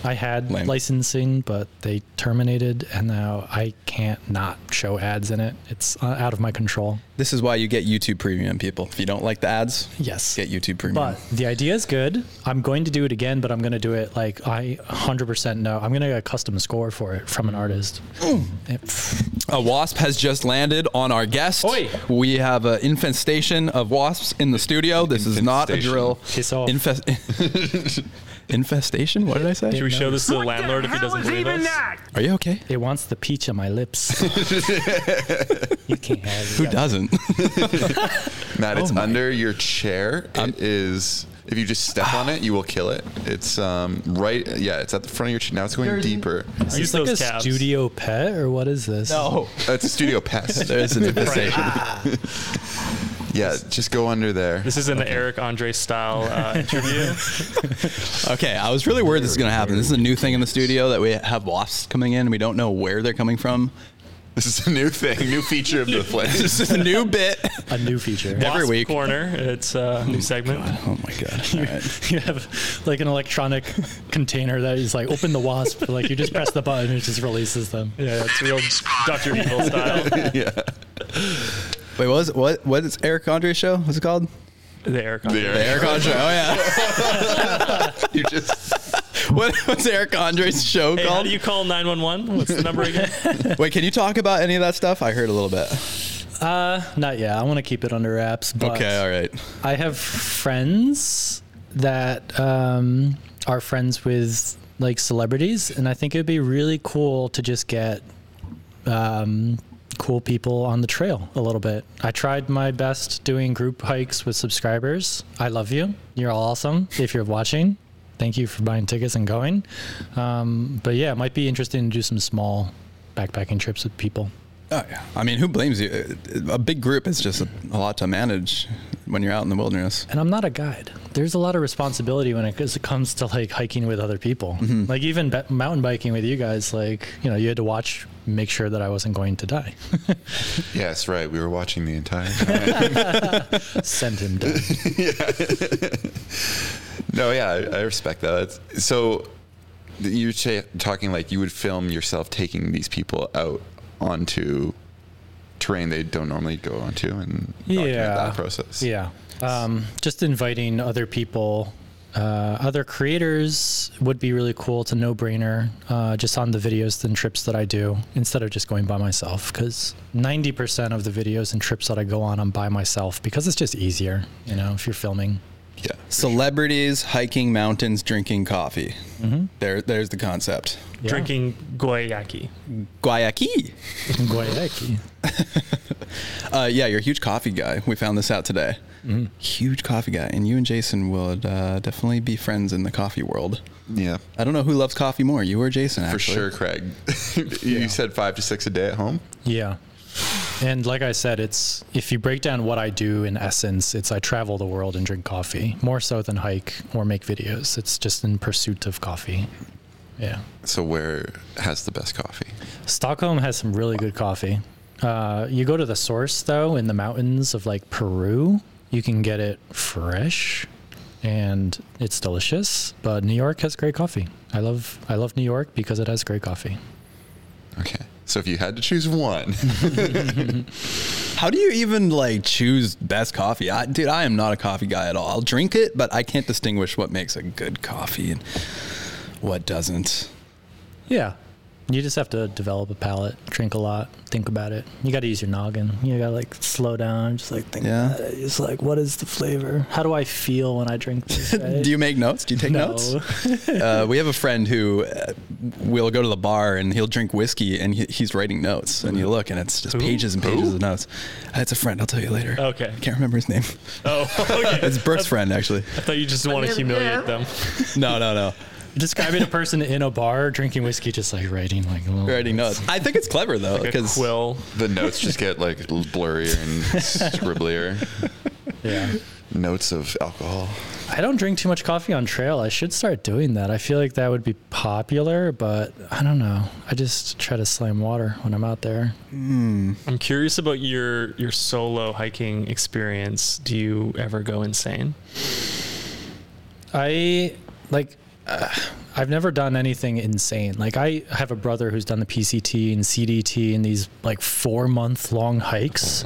[SPEAKER 5] I had
[SPEAKER 3] Lame.
[SPEAKER 5] licensing, but they terminated, and now I can't not show ads in it. It's uh, out of my control.
[SPEAKER 3] this is why you get YouTube Premium, people. If you don't like the ads,
[SPEAKER 5] Yes.
[SPEAKER 3] get YouTube Premium.
[SPEAKER 5] But the idea is good. I'm going to do it again, but I'm going to do it like I 100% know. I'm going to get a custom score for it from an artist.
[SPEAKER 3] Mm.
[SPEAKER 5] Yep.
[SPEAKER 3] A wasp has just landed on our guest.
[SPEAKER 5] Oi.
[SPEAKER 3] We have an infestation of wasps in the studio. This is not a
[SPEAKER 2] Infestation.
[SPEAKER 3] drill.
[SPEAKER 5] Piss off.
[SPEAKER 3] Infest- infestation? What did I say?
[SPEAKER 4] Should we show this to the landlord if he doesn't believe us?
[SPEAKER 3] Are you okay?
[SPEAKER 5] It wants the peach on my lips. you can't have it.
[SPEAKER 3] Who doesn't?
[SPEAKER 2] Matt, it's
[SPEAKER 3] my.
[SPEAKER 2] under your chair. It is. If you just step on it, you will kill it. It's um right. Yeah, it's at the front of your chair. Now it's going deeper.
[SPEAKER 4] Use
[SPEAKER 5] It's like a
[SPEAKER 4] those calves.
[SPEAKER 5] studio pet, or what is this?
[SPEAKER 3] no.
[SPEAKER 2] Uh, it's a studio pest.
[SPEAKER 3] Oh. There's an infestation.
[SPEAKER 2] yeah, just go under there.
[SPEAKER 4] This is an Eric Andre style uh, interview.
[SPEAKER 3] Okay, I was really worried this is going to happen. This is a new thing in the studio that we have wasps coming in. and We don't know where they're coming from.
[SPEAKER 2] This is a new thing, new feature of the place.
[SPEAKER 3] This is a new bit.
[SPEAKER 5] A new feature.
[SPEAKER 3] Every
[SPEAKER 4] Wasp
[SPEAKER 3] week.
[SPEAKER 4] corner. It's a new segment.
[SPEAKER 3] Oh my god. All right.
[SPEAKER 5] You have like an electronic container that is like open the wasp, like you just press the button, it just releases them.
[SPEAKER 4] Yeah, it's real Doctor Evil style.
[SPEAKER 3] Wait, what was what what is Eric Andre's show? What's it called?
[SPEAKER 4] The Eric Andre.
[SPEAKER 2] There.
[SPEAKER 3] The Eric Andre show. Oh yeah.
[SPEAKER 2] You just
[SPEAKER 3] What, what's Eric Andre's show
[SPEAKER 4] Hey, how
[SPEAKER 3] called?
[SPEAKER 4] do you call 911? What's the number again?
[SPEAKER 3] Wait, can you talk about any of that stuff? I heard a little bit.
[SPEAKER 5] Uh, not yet. I want to keep it under wraps, but
[SPEAKER 3] Okay, all right.
[SPEAKER 5] I have friends that um, are friends with like celebrities, and I think it'd be really cool to just get um, cool people on the trail a little bit. I tried my best doing group hikes with subscribers. I love you. You're all awesome. If you're watching, thank you for buying tickets and going. Um, but yeah, it might be interesting to do some small backpacking trips with people.
[SPEAKER 3] Oh, yeah. I mean, who blames you? A big group is just a, a lot to manage when you're out in the wilderness.
[SPEAKER 5] and I'm not a guide. There's a lot of responsibility when it, 'cause it comes to like hiking with other people.
[SPEAKER 2] Mm-hmm.
[SPEAKER 5] Like even ba- mountain biking with you guys, like you know, you had to watch, make sure that I wasn't going to die.
[SPEAKER 2] yes, right. We were watching the entire time.
[SPEAKER 5] Send him down.
[SPEAKER 2] No, yeah, I, I respect that. That's, so th- you're cha- talking like you would film yourself taking these people out onto terrain they don't normally go onto and document
[SPEAKER 5] Yeah.
[SPEAKER 2] that process.
[SPEAKER 5] yeah, um, just inviting other people, uh, other creators would be really cool. It's a no brainer uh, just on the videos and trips that I do instead of just going by myself because 90% of the videos and trips that I go on, I'm by myself because it's just easier, you know, if you're filming.
[SPEAKER 2] Yeah.
[SPEAKER 3] Celebrities hiking mountains, drinking coffee. There, there's the concept.
[SPEAKER 5] Yeah.
[SPEAKER 4] Drinking guayaki.
[SPEAKER 3] Guayaquil.
[SPEAKER 5] In Guayaquil.
[SPEAKER 3] Uh, yeah, you're a huge coffee guy. We found this out today. Huge coffee guy, and you and Jason would uh, definitely be friends in the coffee world.
[SPEAKER 2] Yeah.
[SPEAKER 3] I don't know who loves coffee more, you or Jason.
[SPEAKER 2] For
[SPEAKER 3] Actually.
[SPEAKER 2] sure, Craig. you said five to six a day at home.
[SPEAKER 5] Yeah. And like I said, it's if you break down what I do in essence, it's I travel the world and drink coffee more so than hike or make videos. It's just in pursuit of coffee. Yeah.
[SPEAKER 2] So where has the best coffee?
[SPEAKER 5] Stockholm has some really good coffee. Uh, you go to the source though in the mountains of like Peru, you can get it fresh and it's delicious. But New York has great coffee. I love I love New York because it has great coffee.
[SPEAKER 2] Okay. So if you had to choose one,
[SPEAKER 3] How do you even like choose best coffee? I, dude, I am not a coffee guy at all. I'll drink it, but I can't distinguish what makes a good coffee and what doesn't.
[SPEAKER 5] Yeah. You just have to develop a palate, drink a lot, think about it. You got to use your noggin. You got to like slow down, just like think
[SPEAKER 3] Yeah.
[SPEAKER 5] about it. Just like, what is the flavor? How do I feel when I drink this? right?
[SPEAKER 3] Do you make notes? Do you take
[SPEAKER 5] No.
[SPEAKER 3] notes? uh, we have a friend who uh, will go to the bar and he'll drink whiskey and he, he's writing notes. And you look and it's just
[SPEAKER 4] Who?
[SPEAKER 3] pages and pages of notes. Uh, It's a friend. I'll tell you later.
[SPEAKER 4] Okay.
[SPEAKER 3] I can't remember his name.
[SPEAKER 4] Oh, okay.
[SPEAKER 3] It's Brooke's friend, actually.
[SPEAKER 4] I thought you just want to humiliate them.
[SPEAKER 3] No, no, no.
[SPEAKER 5] Describing a person in a bar drinking whiskey, just like writing, like, little-
[SPEAKER 3] Writing notes. I think it's clever though,
[SPEAKER 4] Like a
[SPEAKER 3] because
[SPEAKER 4] quill.
[SPEAKER 2] the notes just get like blurrier and scribblier.
[SPEAKER 5] Yeah.
[SPEAKER 2] Notes of alcohol.
[SPEAKER 5] I don't drink too much coffee on trail. I should start doing that. I feel like that would be popular, but I don't know. I just try to slam water when I'm out there.
[SPEAKER 4] I'm curious about your your solo hiking experience. Do you ever go insane?
[SPEAKER 5] I like. Uh, I've never done anything insane. Like I have a brother who's done the PCT and CDT and these like four month long hikes.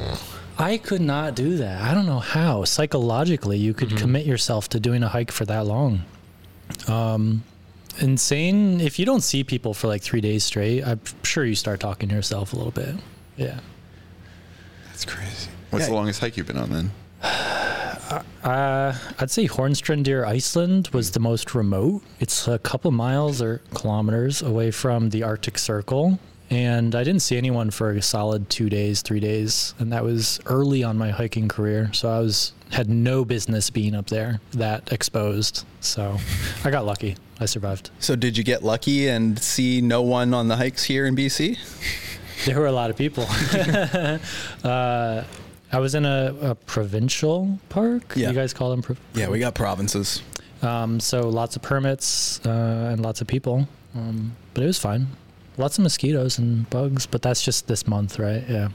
[SPEAKER 5] I could not do that. I don't know how psychologically you could commit yourself to doing a hike for that long. Um, insane. If you don't see people for like three days straight, I'm sure you start talking to yourself a little bit. Yeah.
[SPEAKER 2] That's crazy. What's the
[SPEAKER 3] Yeah.
[SPEAKER 2] longest hike you've been on then?
[SPEAKER 5] Uh, I'd say Hornstrandir, Iceland was the most remote. It's a couple miles or kilometers away from the Arctic Circle. And I didn't see anyone for a solid two days, three days. And that was early on my hiking career. So I was had no business being up there that exposed. So I got lucky. I survived.
[SPEAKER 3] So did you get lucky and see no one on the hikes here in BC?
[SPEAKER 5] There were a lot of people. uh, I was in a, a provincial park.
[SPEAKER 3] Yeah.
[SPEAKER 5] You guys call them prov-
[SPEAKER 3] Yeah, we got provinces.
[SPEAKER 5] Um, so lots of permits uh, and lots of people, um, but it was fine. Lots of mosquitoes and bugs, but that's just this month, right? Yeah,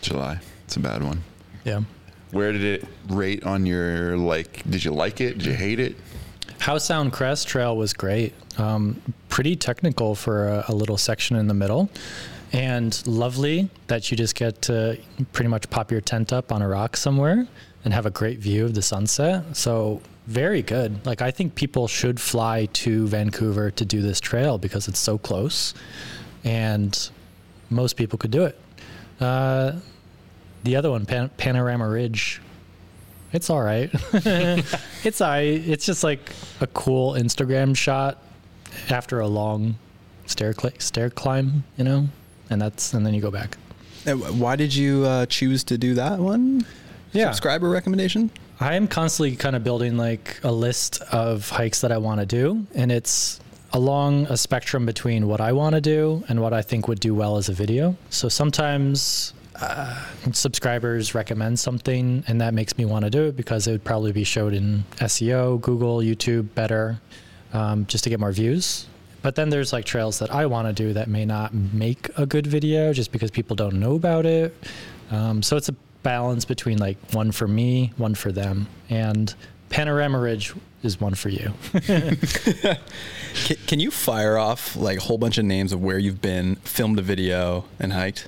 [SPEAKER 2] July. It's a bad one.
[SPEAKER 5] yeah.
[SPEAKER 2] Where did it rate on your like? Did you like it? Did you hate it?
[SPEAKER 5] House Sound Crest Trail was great. Um, pretty technical for a, a little section in the middle, and lovely that you just get to pretty much pop your tent up on a rock somewhere and have a great view of the sunset. So very good. Like I think people should fly to Vancouver to do this trail because it's so close, and most people could do it. Uh, the other one, Pan- Panorama Ridge, it's all right. it's I. It's just like a cool Instagram shot after a long stair cli- stair climb, you know, and that's and then you go back.
[SPEAKER 3] Uh, Why did you uh, choose to do that one?
[SPEAKER 5] Yeah.
[SPEAKER 3] Subscriber recommendation?
[SPEAKER 5] I am constantly kind of building like a list of hikes that I want to do, and it's along a spectrum between what I want to do and what I think would do well as a video. So sometimes uh, subscribers recommend something, and that makes me want to do it because it would probably be showed in SEO, Google, YouTube better, um, just to get more views. But then there's like trails that I want to do that may not make a good video just because people don't know about it. Um, so it's a balance between like one for me, one for them, and Panorama Ridge is one for you.
[SPEAKER 3] Can, can you fire off like a whole bunch of names of where you've been, filmed a video, and hiked?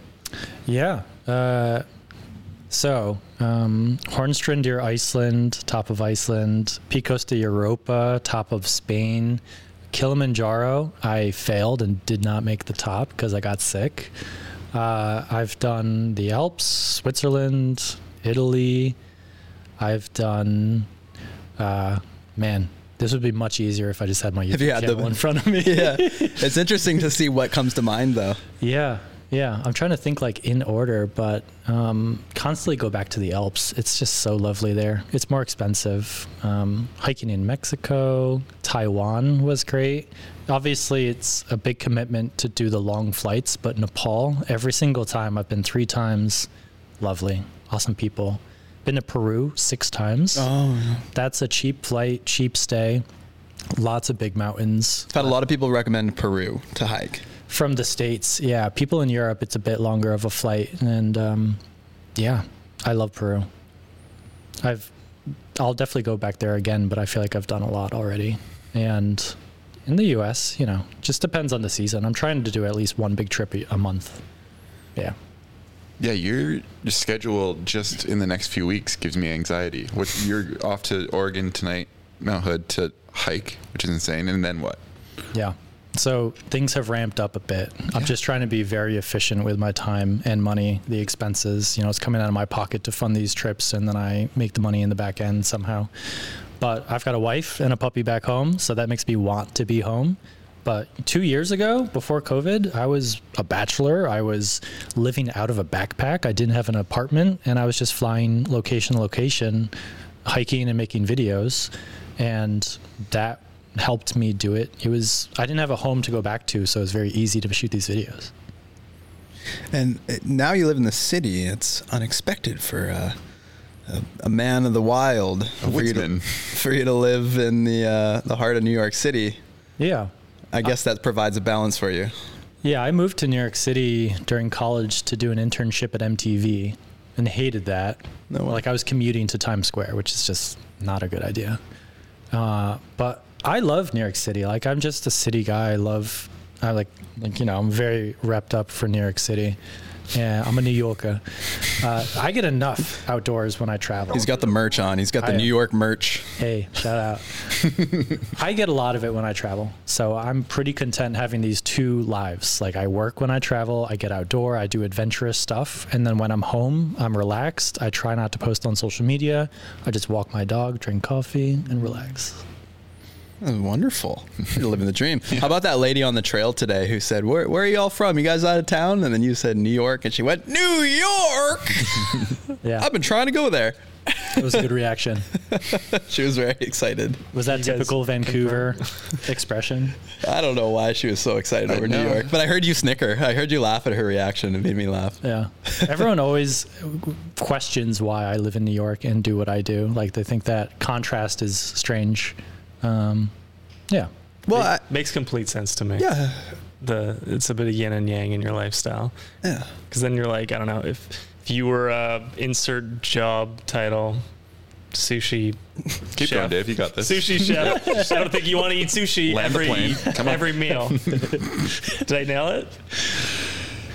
[SPEAKER 5] Yeah. Uh, So, um, Hornstrandir, Iceland, top of Iceland, Picos de Europa, top of Spain, Kilimanjaro. I failed and did not make the top because I got sick. Uh, I've done the Alps, Switzerland, Italy. I've done, uh, man, this would be much easier if I just had my
[SPEAKER 3] If you had
[SPEAKER 5] channel
[SPEAKER 3] the-
[SPEAKER 5] in front of me.
[SPEAKER 3] yeah, it's interesting to see what comes to mind though.
[SPEAKER 5] Yeah, yeah. I'm trying to think like in order, but um, constantly go back to the Alps. It's just so lovely there. It's more expensive. Um, hiking in Mexico, Taiwan was great. Obviously, it's a big commitment to do the long flights, but Nepal, every single time I've been three times, lovely, awesome people. Been to Peru six times.
[SPEAKER 3] Oh,
[SPEAKER 5] That's a cheap flight, cheap stay, lots of big mountains,
[SPEAKER 3] I've had a lot of people recommend Peru to hike.
[SPEAKER 5] from the states yeah people in europe it's a bit longer of a flight and um, yeah i love peru i've i'll definitely go back there again but i feel like i've done a lot already and in the us you know just depends on the season i'm trying to do at least one big trip a- a month yeah
[SPEAKER 2] Yeah, your your schedule just in the next few weeks gives me anxiety. What you're off to Oregon tonight, Mount Hood to hike, which is insane. And then what?
[SPEAKER 5] Yeah. So things have ramped up a bit. I'm just trying to be very efficient with my time and money, the expenses. You know, it's coming out of my pocket to fund these trips, and then I make the money in the back end somehow. But I've got a wife and a puppy back home, so that makes me want to be home. But two years ago, before COVID, I was a bachelor. I was living out of a backpack. I didn't have an apartment, and I was just flying location to location, hiking and making videos. And that helped me do it. It was I didn't have a home to go back to, so it was very easy to shoot these videos.
[SPEAKER 3] And uh, now you live in the city. It's unexpected for uh, a, a man of the wild, for you, to,
[SPEAKER 2] woodsman.
[SPEAKER 3] for you to live in the uh, the heart of New York City.
[SPEAKER 5] Yeah.
[SPEAKER 3] I guess that provides a balance for you.
[SPEAKER 5] Yeah, I moved to New York City during college to do an internship at MTV and hated that.
[SPEAKER 3] No way.
[SPEAKER 5] like I was commuting to Times Square, which is just not a good idea. Uh, but I love New York City. Like I'm just a city guy. I love I like like you know, I'm very wrapped up for New York City. Yeah, I'm a New Yorker. Uh, I get enough outdoors when I travel.
[SPEAKER 3] He's got the merch on. He's got the
[SPEAKER 5] I-
[SPEAKER 3] New York merch.
[SPEAKER 5] Hey, shout out. I get a lot of it when I travel. So I'm pretty content having these two lives. Like I work when I travel, I get outdoor, I do adventurous stuff, and then when I'm home, I'm relaxed. I try not to post on social media. I just walk my dog, drink coffee, and relax.
[SPEAKER 3] Oh, wonderful. You're living the dream. How about that lady on the trail today who said, where, where are y'all from? You guys out of town? And then you said New York. And she went, New York.
[SPEAKER 5] Yeah.
[SPEAKER 3] I've been trying to go there.
[SPEAKER 5] It was a good reaction.
[SPEAKER 3] She was very excited.
[SPEAKER 5] Was that typical Vancouver expression?
[SPEAKER 3] I don't know why she was so excited
[SPEAKER 2] I
[SPEAKER 3] over New
[SPEAKER 2] know.
[SPEAKER 3] York, but I heard you snicker. I heard you laugh at her reaction. It made me laugh.
[SPEAKER 5] Yeah. Everyone always questions why I live in New York and do what I do. Like they think that contrast is strange. Um, yeah.
[SPEAKER 3] Well, I,
[SPEAKER 4] Makes complete sense to me.
[SPEAKER 3] yeah,
[SPEAKER 4] the it's a bit of yin and yang in your lifestyle
[SPEAKER 3] yeah.
[SPEAKER 4] because then you're like I don't know if if you were uh, insert job title sushi
[SPEAKER 2] Keep
[SPEAKER 4] Chef.
[SPEAKER 2] going, Dave. You got this.
[SPEAKER 4] sushi chef. I don't think you want to eat sushi
[SPEAKER 2] Land the
[SPEAKER 4] every
[SPEAKER 2] plane. Come on.
[SPEAKER 4] every meal. Did I nail it?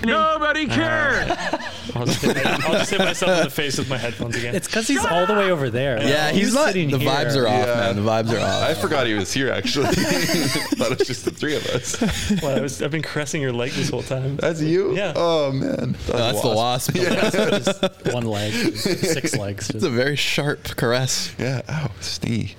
[SPEAKER 7] Nobody
[SPEAKER 3] Uh,
[SPEAKER 7] cares.
[SPEAKER 4] I'll just, hit, my- I'll just hit myself in the face with my headphones again.
[SPEAKER 5] It's because he's all the way over there.
[SPEAKER 3] Yeah, he's not. The
[SPEAKER 5] sitting here.
[SPEAKER 3] vibes are off,
[SPEAKER 2] Yeah.
[SPEAKER 3] man. The vibes are
[SPEAKER 2] I
[SPEAKER 3] off.
[SPEAKER 2] forgot he was here. Actually, thought it was just the three of us.
[SPEAKER 4] Well, I was, I've been caressing your leg this whole time.
[SPEAKER 2] That's you.
[SPEAKER 4] Yeah.
[SPEAKER 2] Oh man.
[SPEAKER 3] That's the wasp.
[SPEAKER 5] Just one leg, six legs.
[SPEAKER 3] It's a very sharp caress.
[SPEAKER 2] Yeah. Oh, stingy.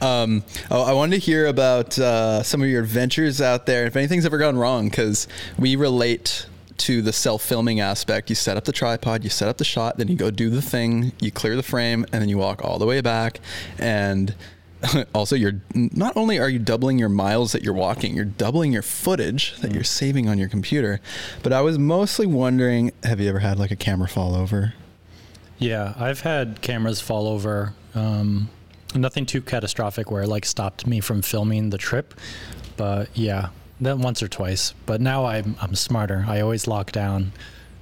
[SPEAKER 3] Um, oh, I wanted to hear about uh, some of your adventures out there. If anything's ever gone wrong, because we relate to the self-filming aspect. You set up the tripod, you set up the shot, then you go do the thing, you clear the frame, and then you walk all the way back. And also, you're not only are you doubling your miles that you're walking, you're doubling your footage that you're saving on your computer. But I was mostly wondering, have you ever had like a camera fall over?
[SPEAKER 5] Yeah, I've had cameras fall over. Um, nothing too catastrophic where it like stopped me from filming the trip, but yeah, that once or twice. But now I'm I'm smarter. I always lock down,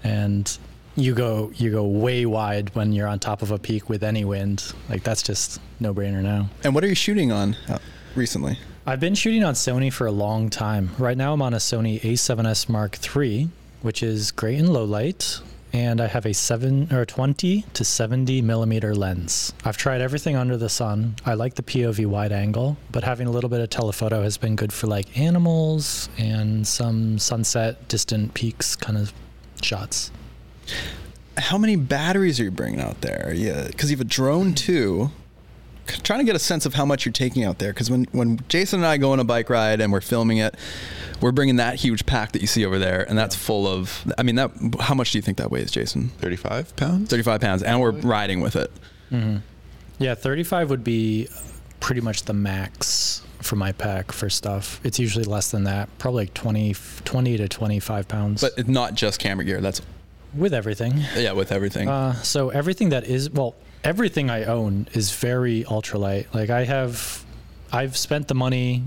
[SPEAKER 5] and you go you go way wide when you're on top of a peak with any wind. Like that's just no brainer now.
[SPEAKER 3] And what are you shooting on uh, recently?
[SPEAKER 5] I've been shooting on Sony for a long time. Right now, I'm on a Sony A7S Mark III, which is great in low light. and I have a seven or 20 to 70 millimeter lens. I've tried everything under the sun. I like the POV wide angle, but having a little bit of telephoto has been good for like animals and some sunset, distant peaks kind of shots.
[SPEAKER 3] How many batteries are you bringing out there? Yeah, because you have a drone too. C- Trying to get a sense of how much you're taking out there, because when when Jason and I go on a bike ride and we're filming it, we're bringing that huge pack that you see over there, and that's full of. I mean, that how much do you think that weighs, Jason?
[SPEAKER 2] 35 pounds?
[SPEAKER 3] 35 pounds, and we're riding with it.
[SPEAKER 5] Yeah, 35 would be pretty much the max for my pack for stuff. It's usually less than that, probably like 20, 20 to 25 pounds
[SPEAKER 3] But it's not just camera gear. That's
[SPEAKER 5] with everything.
[SPEAKER 3] yeah, with everything.
[SPEAKER 5] Uh, so everything that is well, everything I own is very ultralight. Like I have, I've spent the money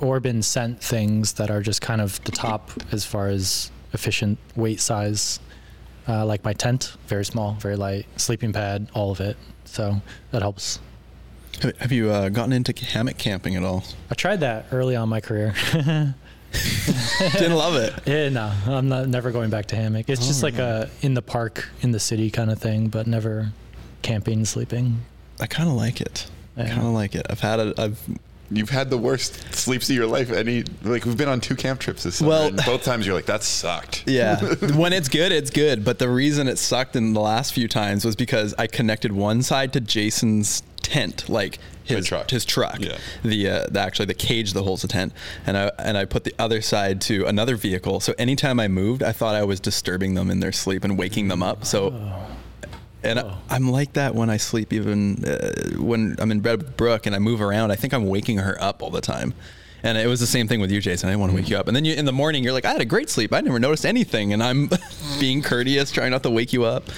[SPEAKER 5] or been sent things that are just kind of the top as far as efficient weight size. Uh, like my tent, very small, very light, sleeping pad, all of it. So that helps.
[SPEAKER 3] Have- have you uh, gotten into hammock camping at all?
[SPEAKER 5] I tried that early on in my career.
[SPEAKER 3] Didn't love it.
[SPEAKER 5] yeah, no, I'm not never going back to hammock. It's just like a in the park, in the city kind of thing, but never camping, sleeping.
[SPEAKER 3] I kind of like it. I
[SPEAKER 5] Yeah.
[SPEAKER 3] kind of like it. I've had it. I've
[SPEAKER 2] You've had the worst sleeps of your life. Any like we've been on two camp trips this summer.
[SPEAKER 3] Well-
[SPEAKER 2] and both times you're like that sucked.
[SPEAKER 3] yeah. when it's good, it's good. But the reason it sucked in the last few times was because I connected one side to Jason's tent, like his
[SPEAKER 2] truck.
[SPEAKER 3] his truck,
[SPEAKER 2] Yeah.
[SPEAKER 3] the, uh, the actually the cage that holds the tent, and I and I put the other side to another vehicle. So anytime I moved, I thought I was disturbing them in their sleep and waking them up. So.
[SPEAKER 5] Oh.
[SPEAKER 3] And I, I'm like that when I sleep, even uh, when I'm in bed with Brooke and I move around. I think I'm waking her up all the time. And it was the same thing with you, Jason. I didn't want to wake you up. And then you, in the morning, you're like, I had a great sleep. I never noticed anything. And I'm being courteous, trying not to wake you up.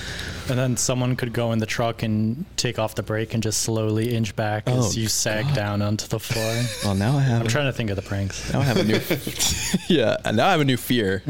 [SPEAKER 5] And then someone could go in the truck and take off the brake and just slowly inch back as
[SPEAKER 3] Oh,
[SPEAKER 5] you sag down onto the floor.
[SPEAKER 3] Well, now I have.
[SPEAKER 5] I'm trying to think of the pranks.
[SPEAKER 3] now I have a new. yeah, and now I have a new fear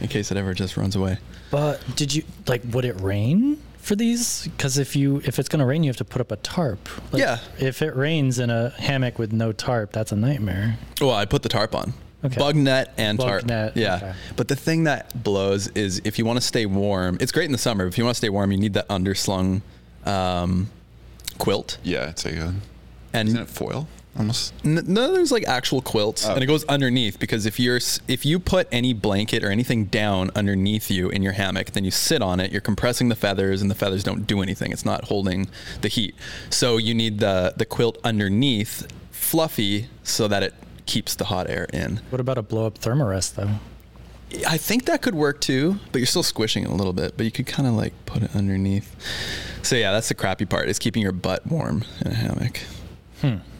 [SPEAKER 3] in case it ever just runs away.
[SPEAKER 5] But did you like? Would it rain for these? Because if you if it's gonna rain, you have to put up a tarp. Like,
[SPEAKER 3] Yeah.
[SPEAKER 5] If it rains in a hammock with no tarp, that's a nightmare.
[SPEAKER 3] Well, I put the tarp on.
[SPEAKER 5] Okay.
[SPEAKER 3] Bug net and
[SPEAKER 5] Bug
[SPEAKER 3] tarp.
[SPEAKER 5] net,
[SPEAKER 3] Yeah.
[SPEAKER 5] okay.
[SPEAKER 3] But the thing that blows is if you want to stay warm, it's great in the summer. But if you want to stay warm, you need that underslung um, quilt.
[SPEAKER 2] Yeah, it's like a,
[SPEAKER 3] And
[SPEAKER 2] isn't it foil almost?
[SPEAKER 3] N- No, there's like actual quilts, and it goes underneath because if you're s- if you put any blanket or anything down underneath you in your hammock, then you sit on it. You're compressing the feathers, and the feathers don't do anything. It's not holding the heat. So you need the the quilt underneath, fluffy, so that it keeps the hot air in.
[SPEAKER 5] What about a blow up thermarest though?
[SPEAKER 3] I think that could work too, but you're still squishing it a little bit. But you could kind of like put it underneath. So yeah, that's the crappy part is keeping your butt warm in a hammock.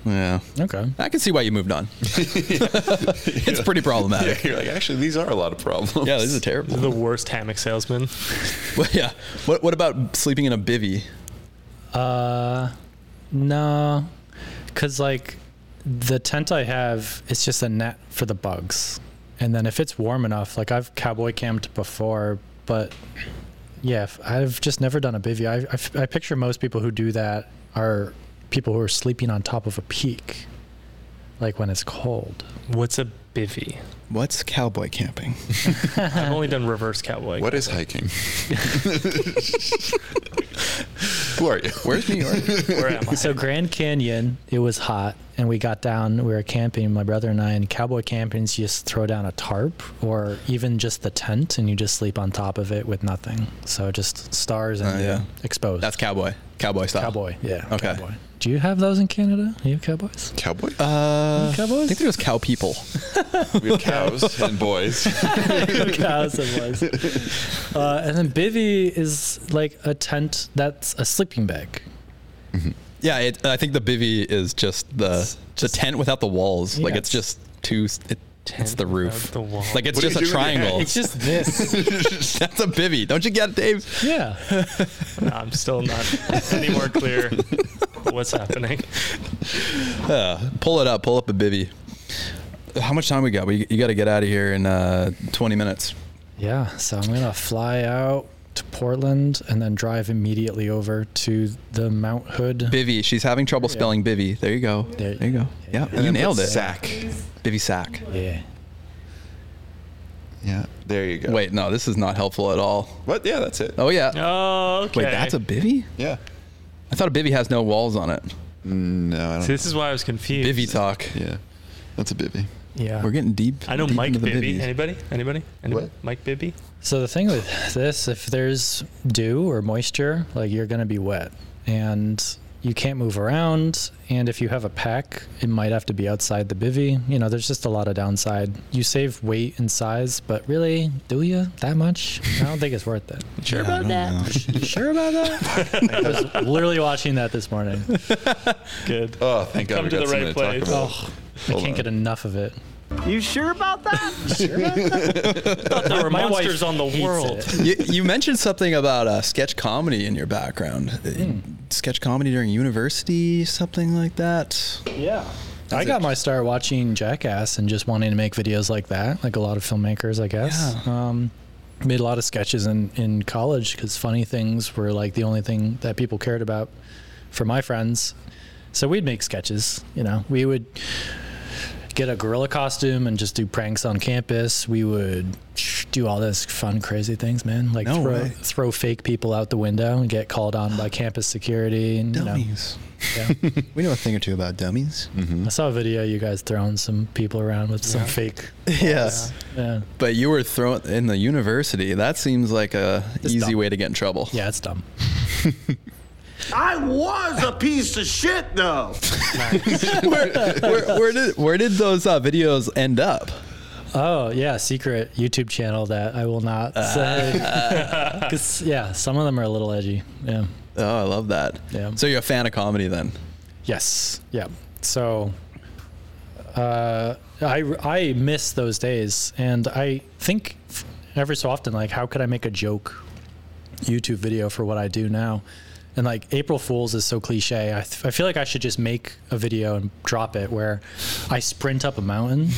[SPEAKER 3] Yeah.
[SPEAKER 5] Okay.
[SPEAKER 3] I can see why you moved on. it's pretty problematic.
[SPEAKER 2] Yeah, you're like actually these are a lot of problems.
[SPEAKER 3] Yeah, this is terrible.
[SPEAKER 4] The worst hammock salesman.
[SPEAKER 3] Well, yeah. What, what about sleeping in a bivy?
[SPEAKER 5] Uh, no, because like the tent I have, it's just a net for the bugs. And then if it's warm enough, like I've cowboy camped before, but yeah, if- I've just never done a bivy. I, I f- I picture most people who do that are people who are sleeping on top of a peak, like when it's cold.
[SPEAKER 4] What's a bivy?
[SPEAKER 3] What's cowboy camping?
[SPEAKER 5] Uh-huh.
[SPEAKER 4] I've only done reverse cowboy.
[SPEAKER 2] What is hiking? Who are you?
[SPEAKER 3] Where's New York?
[SPEAKER 4] Where am I?
[SPEAKER 5] So Grand Canyon, it was hot, and we got down. We were camping, my brother and I, and cowboy camping. is You just throw down a tarp or even just the tent, and you just sleep on top of it with nothing. So just stars and
[SPEAKER 3] Oh, yeah.
[SPEAKER 5] exposed.
[SPEAKER 3] That's cowboy. Cowboy style.
[SPEAKER 5] cowboy. Yeah.
[SPEAKER 3] Okay.
[SPEAKER 5] Cowboy. Do you have those in Canada? You have cowboys?
[SPEAKER 2] Cowboy?
[SPEAKER 3] Uh,
[SPEAKER 5] Cowboys?
[SPEAKER 3] I think there was cow people.
[SPEAKER 2] we have cows and boys.
[SPEAKER 5] Cows it was. Uh, and then bivy is like a tent that's a sleeping bag.
[SPEAKER 3] Yeah, it, I think the bivy is just the the tent without the walls. like
[SPEAKER 5] Yeah,
[SPEAKER 3] it's just two. s- It, it's
[SPEAKER 4] Tent
[SPEAKER 3] the roof.
[SPEAKER 4] without the walls.
[SPEAKER 3] Like it's
[SPEAKER 2] What are
[SPEAKER 3] just a
[SPEAKER 2] you doing here?
[SPEAKER 3] triangle.
[SPEAKER 5] It's just this.
[SPEAKER 3] That's a bivy. Don't you get it, Dave?
[SPEAKER 5] yeah.
[SPEAKER 4] No, I'm still not any more clear what's happening.
[SPEAKER 3] Uh, pull it up. Pull up a bivy. How much time we got? We you got to get out of here in uh, 20 minutes.
[SPEAKER 5] Yeah, so I'm gonna fly out to Portland and then drive immediately over to the Mount Hood.
[SPEAKER 3] Bivy. She's having trouble spelling bivy. There you go.
[SPEAKER 5] There-
[SPEAKER 3] There, you go.
[SPEAKER 5] yeah.
[SPEAKER 3] Yeah,
[SPEAKER 5] And
[SPEAKER 3] you
[SPEAKER 2] then
[SPEAKER 3] nailed
[SPEAKER 2] put
[SPEAKER 3] it.
[SPEAKER 2] Sack.
[SPEAKER 3] Bivy sack.
[SPEAKER 5] Yeah.
[SPEAKER 2] Yeah. There you go.
[SPEAKER 3] Wait, no, this is not helpful at all.
[SPEAKER 2] What? Yeah, that's it.
[SPEAKER 3] Oh yeah.
[SPEAKER 4] Oh, okay.
[SPEAKER 3] Wait, that's a bivy?
[SPEAKER 2] Yeah.
[SPEAKER 3] I thought a bivy has no walls on it.
[SPEAKER 2] No, I don't.
[SPEAKER 4] See, this is why I was confused.
[SPEAKER 3] Bivy talk.
[SPEAKER 2] Yeah. That's a bivy.
[SPEAKER 5] Yeah.
[SPEAKER 3] We're getting deep.
[SPEAKER 4] I know
[SPEAKER 3] deep
[SPEAKER 4] Mike
[SPEAKER 3] into the
[SPEAKER 4] Bibby.
[SPEAKER 3] bivvies.
[SPEAKER 4] Anybody? Anybody? Anybody?
[SPEAKER 2] What?
[SPEAKER 4] Mike Bibby?
[SPEAKER 5] So the thing with this, if there's dew or moisture, like you're going to be wet and you can't move around. And if you have a pack, it might have to be outside the bivy. You know, there's just a lot of downside. You save weight and size, but really, do you that much? I don't think it's worth it.
[SPEAKER 4] Sure
[SPEAKER 3] I
[SPEAKER 4] about
[SPEAKER 3] don't
[SPEAKER 4] that.
[SPEAKER 3] know.
[SPEAKER 5] You sure about that? I was literally watching that this morning.
[SPEAKER 4] Good.
[SPEAKER 2] Oh, thank God
[SPEAKER 4] Come
[SPEAKER 2] we
[SPEAKER 4] to
[SPEAKER 2] got
[SPEAKER 4] the
[SPEAKER 2] something
[SPEAKER 4] right
[SPEAKER 2] to talk
[SPEAKER 4] place. Oh,
[SPEAKER 2] about.
[SPEAKER 5] I
[SPEAKER 2] Hold
[SPEAKER 5] can't
[SPEAKER 2] on.
[SPEAKER 5] get enough of it.
[SPEAKER 7] You sure about that?
[SPEAKER 4] there were
[SPEAKER 5] My wife
[SPEAKER 4] monsters on the
[SPEAKER 5] hates
[SPEAKER 4] world.
[SPEAKER 5] it.
[SPEAKER 3] you, you mentioned something about uh, sketch comedy in your background. Uh, Sketch comedy during university, something like that.
[SPEAKER 5] Yeah. I got my start watching Jackass and just wanting to make videos like that, like a lot of filmmakers, I guess. Um, made a lot of sketches in, in college because funny things were like the only thing that people cared about for my friends. So we'd make sketches, you know. We would get a gorilla costume and just do pranks on campus. We would do all this fun, crazy things, man. Like
[SPEAKER 3] No
[SPEAKER 5] throw,
[SPEAKER 3] way.
[SPEAKER 5] throw fake people out the window and get called on by campus security. And, you know,
[SPEAKER 3] Dummies.
[SPEAKER 5] yeah.
[SPEAKER 3] We know a thing or two about dummies.
[SPEAKER 5] I saw a video of you guys throwing some people around with some fake.
[SPEAKER 3] Yes.
[SPEAKER 5] Yeah.
[SPEAKER 3] But you were thrown in the university. That seems like a
[SPEAKER 5] It's
[SPEAKER 3] easy
[SPEAKER 5] dumb.
[SPEAKER 3] way to get in trouble.
[SPEAKER 5] Yeah, it's dumb.
[SPEAKER 7] I was a piece of shit though.
[SPEAKER 3] where, where, where did where did those uh, videos end up?
[SPEAKER 5] Oh, yeah, secret YouTube channel that I will not say. 'Cause, yeah, some of them are a little edgy. Yeah.
[SPEAKER 3] Oh, I love that.
[SPEAKER 5] Yeah.
[SPEAKER 3] So you're a fan of comedy then?
[SPEAKER 5] Yes. Yeah. So uh, I, I miss those days. And I think f- every so often, like, how could I make a joke YouTube video for what I do now? And like April Fools is so cliche. I, th- I feel like I should just make a video and drop it where I sprint up a mountain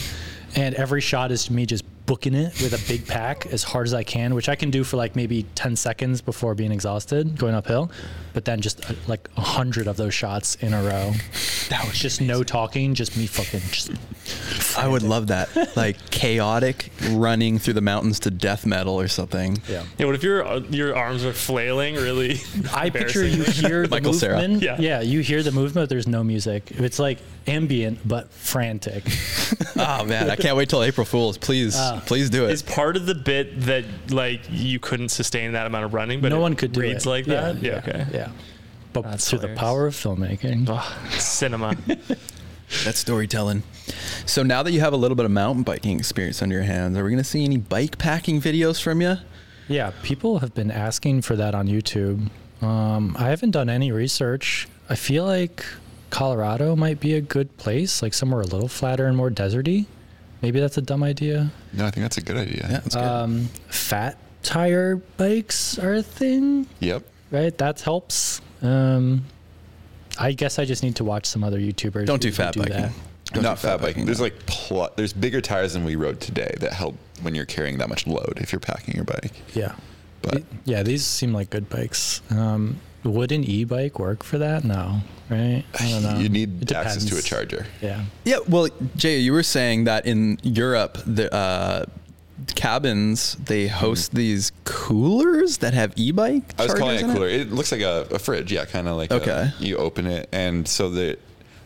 [SPEAKER 5] and every shot is me just booking it with a big pack as hard as I can, which I can do for like maybe 10 seconds before being exhausted going uphill. But then just uh, like a hundred of those shots in a row. That was just no talking, just me fucking just
[SPEAKER 3] I would love that. Like chaotic running through the mountains to death metal or something.
[SPEAKER 5] yeah.
[SPEAKER 4] Yeah, what if your your arms are flailing really?
[SPEAKER 5] I picture you hear the
[SPEAKER 3] Michael Cera.
[SPEAKER 5] movement.
[SPEAKER 4] Yeah.
[SPEAKER 5] yeah, you hear the movement. but There's no music. It's like ambient but frantic.
[SPEAKER 3] Oh man, I can't wait till April Fools. Please, please do
[SPEAKER 4] Is
[SPEAKER 3] it.
[SPEAKER 4] part of the bit that like you couldn't sustain that amount of running, but
[SPEAKER 5] no
[SPEAKER 4] it
[SPEAKER 5] one could do
[SPEAKER 4] reads
[SPEAKER 5] it.
[SPEAKER 4] like that. Yeah, okay.
[SPEAKER 5] Yeah. But
[SPEAKER 4] That's
[SPEAKER 5] through
[SPEAKER 4] hilarious.
[SPEAKER 5] the power of filmmaking.
[SPEAKER 4] Ugh, cinema.
[SPEAKER 3] That's storytelling. So now that you have a little bit of mountain biking experience under your hands, are we gonna see any bike packing videos from you?
[SPEAKER 5] Yeah, people have been asking for that on YouTube. Um, I haven't done any research. I feel like Colorado might be a good place, like somewhere a little flatter and more deserty. Maybe that's a dumb idea.
[SPEAKER 2] No, I think that's a good idea.
[SPEAKER 3] Yeah, that's good.
[SPEAKER 4] Uh,
[SPEAKER 5] Um, fat tire bikes are a thing,
[SPEAKER 2] Yep.
[SPEAKER 5] right? That helps. Um, I guess I just need to watch some other YouTubers.
[SPEAKER 3] Don't do
[SPEAKER 5] who
[SPEAKER 3] fat biking.
[SPEAKER 5] that.
[SPEAKER 3] Don't
[SPEAKER 2] Not
[SPEAKER 3] do
[SPEAKER 2] fat biking.
[SPEAKER 3] no.
[SPEAKER 2] There's like pl- there's bigger tires than we rode today that help when you're carrying that much load if you're packing your bike.
[SPEAKER 5] Yeah.
[SPEAKER 2] But
[SPEAKER 5] Yeah, these seem like good bikes. Um, would an e-bike work for that? No, right? I don't know.
[SPEAKER 2] you
[SPEAKER 5] It
[SPEAKER 2] need
[SPEAKER 5] depends.
[SPEAKER 2] access to a charger.
[SPEAKER 5] Yeah.
[SPEAKER 3] Yeah, well, Jay, you were saying that in Europe, the uh, cabins they host these coolers that have e-bike.
[SPEAKER 2] Mm-hmm. I was calling
[SPEAKER 3] chargers
[SPEAKER 2] it
[SPEAKER 3] in
[SPEAKER 2] cooler. It? looks like a, a fridge, yeah, kind of like a-
[SPEAKER 3] Okay.
[SPEAKER 2] you open it, and so that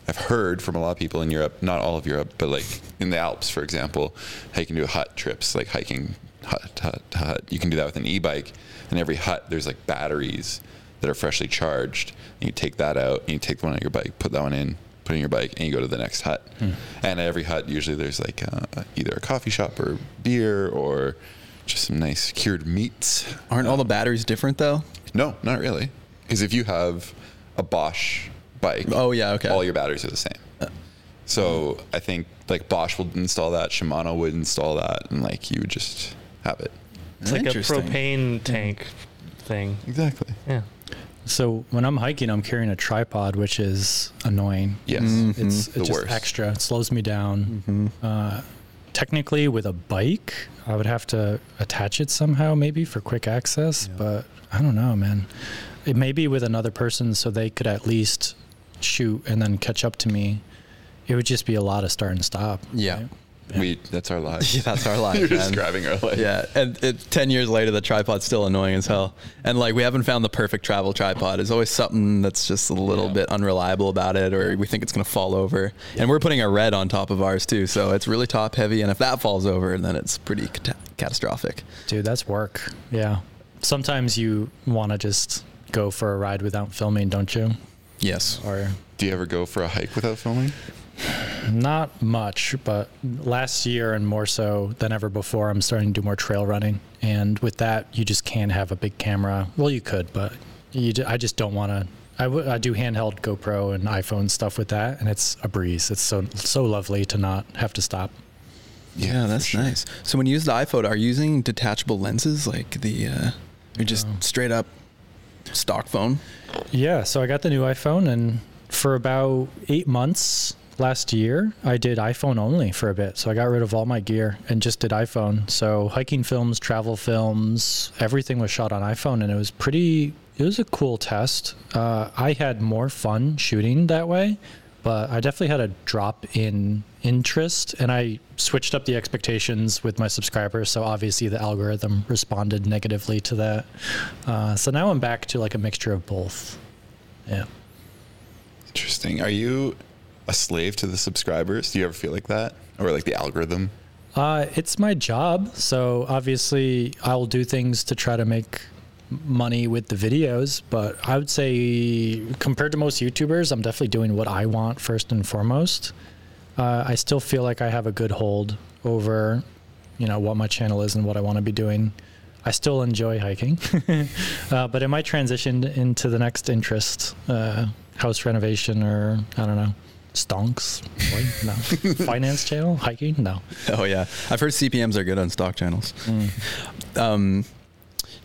[SPEAKER 2] I've heard from a lot of people in Europe, not all of Europe, but like in the Alps, for example, how you can do hut trips, like hiking hut to hut to hut. You can do that with an e-bike, and every hut there's like batteries that are freshly charged. And you take that out, and you take the one on your bike, put that one in, put it in your bike, and you go to the next hut.
[SPEAKER 3] Hmm.
[SPEAKER 2] And at every hut, usually there's like uh, either a coffee shop or beer or just some nice cured meats.
[SPEAKER 3] Aren't all the batteries different though?
[SPEAKER 2] No, not really. Because if you have a Bosch bike,
[SPEAKER 3] Oh, yeah, okay.
[SPEAKER 2] all your batteries are the same. So I think like Bosch would install that, Shimano would install that, and like you would just have it.
[SPEAKER 4] It's like a
[SPEAKER 3] Interesting.
[SPEAKER 4] propane tank thing.
[SPEAKER 2] Exactly.
[SPEAKER 4] Yeah.
[SPEAKER 5] So when I'm hiking, I'm carrying a tripod, which is annoying.
[SPEAKER 2] Yes.
[SPEAKER 3] Mm-hmm.
[SPEAKER 5] It's,
[SPEAKER 2] Mm-hmm. The
[SPEAKER 5] it's just
[SPEAKER 2] worst. Mm-hmm.
[SPEAKER 5] extra. It slows me down. Uh, technically, with a bike, I would have to attach it somehow, maybe for quick access. But I don't know, man. It may be with another person, so they could at least shoot and then catch up to me. It would just be a lot of start and stop.
[SPEAKER 3] Yeah.
[SPEAKER 5] right?
[SPEAKER 2] We that's our lives.
[SPEAKER 3] Yeah, that's our life.
[SPEAKER 2] You're
[SPEAKER 3] man.
[SPEAKER 2] describing our life.
[SPEAKER 3] Yeah, and it, ten years later, the tripod's still annoying as hell. And like, we haven't found the perfect travel tripod. There's always something that's just a little bit unreliable about it, or we think it's gonna fall over. And we're putting a red on top of ours too, so it's really top heavy. And if that falls over, then it's pretty cata- catastrophic.
[SPEAKER 5] Dude, that's work. Yeah. Sometimes you want to just go for a ride without filming, don't you?
[SPEAKER 3] Yes.
[SPEAKER 5] Or
[SPEAKER 2] Do you ever go for a hike without filming?
[SPEAKER 5] not much, but last year and more so than ever before, I'm starting to do more trail running. And with that, you just can't have a big camera. Well, you could, but you ju- I just don't want to. I w- I do handheld GoPro and iPhone stuff with that, and it's a breeze. It's so so lovely to not have to stop.
[SPEAKER 3] Yeah, that's nice. So when you use the iPhone, are you using detachable lenses like the, uh, or just straight up stock phone?
[SPEAKER 5] Yeah, so I got the new iPhone, and for about eight months last year, I did iPhone only for a bit. So I got rid of all my gear and just did iPhone. So hiking films, travel films, everything was shot on iPhone, and it was pretty. It was a cool test. Uh, I had more fun shooting that way, but I definitely had a drop in interest, and I switched up the expectations with my subscribers. So obviously, the algorithm responded negatively to that. Uh, so now I'm back to like a mixture of both. Yeah.
[SPEAKER 2] Interesting. Are you a slave to the subscribers? Do you ever feel like that, or like the algorithm?
[SPEAKER 5] Uh, it's my job. So obviously, I'll do things to try to make money with the videos. But I would say, compared to most YouTubers, I'm definitely doing what I want first and foremost. Uh, I still feel like I have a good hold over, you know, what my channel is and what I want to be doing. I still enjoy hiking, uh, but it might transition into the next interest, uh, house renovation or I don't know, stonks. What? No, finance channel, hiking. No.
[SPEAKER 3] Oh yeah, I've heard CPMS are good on stock channels. Mm. Um,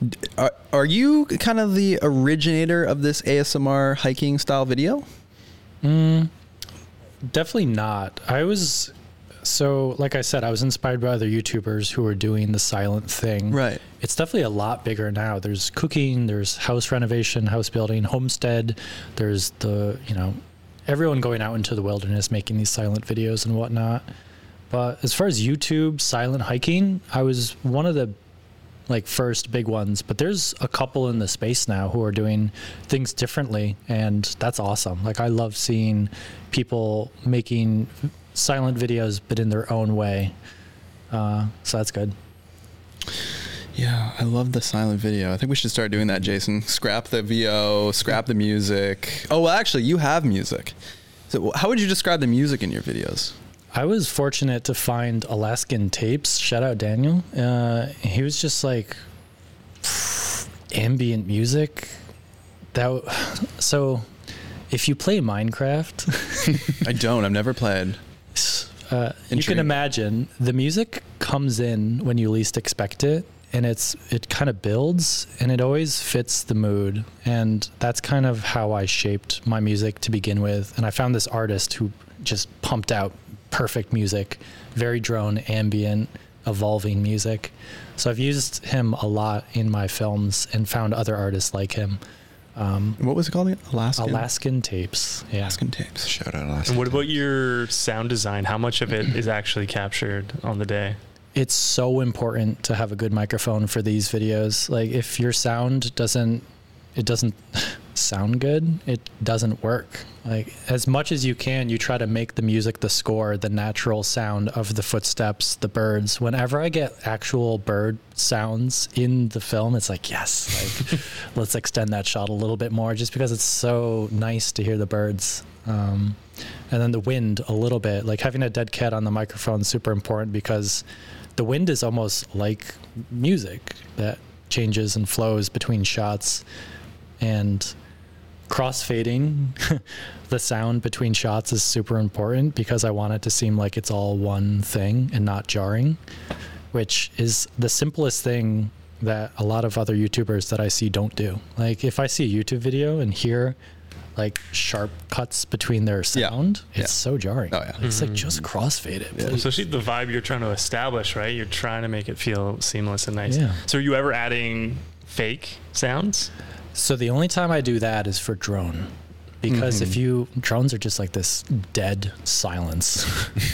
[SPEAKER 3] d- are, are you kind of the originator of this ASMR hiking style video?
[SPEAKER 5] Definitely not. I was so like I said, I was inspired by other YouTubers who were doing the silent thing.
[SPEAKER 3] Right.
[SPEAKER 5] It's definitely a lot bigger now. There's cooking, there's house renovation, house building, homestead, there's the you know, everyone going out into the wilderness making these silent videos and whatnot. But as far as YouTube silent hiking, I was one of the like first big ones, but there's a couple in the space now who are doing things differently, and that's awesome. Like I love seeing people making silent videos, but in their own way. Uh, so that's good.
[SPEAKER 3] Yeah, I love the silent video. I think we should start doing that, Jason. Scrap the VO, scrap the music. Oh well, actually, you have music. So wh- how would you describe the music in your videos?
[SPEAKER 5] I was fortunate to find Alaskan tapes. Shout out Daniel. Uh, he was just like ambient music. That w- so, if you play Minecraft.
[SPEAKER 3] I don't. I've never played.
[SPEAKER 5] uh, you
[SPEAKER 3] Intriguing.
[SPEAKER 5] can imagine the music comes in when you least expect it and it's it kind of builds and it always fits the mood and that's kind of how i shaped my music to begin with and i found this artist who just pumped out perfect music very drone ambient evolving music so i've used him a lot in my films and found other artists like him
[SPEAKER 3] What was it called? again? Alaskan.
[SPEAKER 5] alaskan tapes yeah
[SPEAKER 3] Alaskan tapes.
[SPEAKER 2] Shout out, Alaska.
[SPEAKER 4] And what about your sound design? How much of it is actually captured on the day?
[SPEAKER 5] it's so important to have a good microphone for these videos. Like if your sound doesn't it doesn't sound good, it doesn't work. Like as much as you can, you try to make the music the score, the natural sound of the footsteps, the birds. Whenever I get actual bird sounds in the film, it's like, yes, like let's extend that shot a little bit more just because it's so nice to hear the birds. Um, and then the wind a little bit. Like having a dead cat on the microphone is super important because the wind is almost like music that changes and flows between shots and crossfading the sound between shots is super important because I want it to seem like it's all one thing and not jarring, which is the simplest thing that a lot of other YouTubers that I see don't do. Like if I see a YouTube video and hear like sharp cuts between their
[SPEAKER 3] Yeah.
[SPEAKER 5] sound, it's
[SPEAKER 3] Yeah.
[SPEAKER 5] so jarring.
[SPEAKER 3] Oh, yeah.
[SPEAKER 5] It's like just crossfade it. please.
[SPEAKER 4] Especially the vibe you're trying to establish, right? You're trying to make it feel seamless and nice.
[SPEAKER 5] Yeah.
[SPEAKER 4] So, are you ever adding fake sounds?
[SPEAKER 5] So the only time I do that is for drone. because if you drones are just like this dead silence.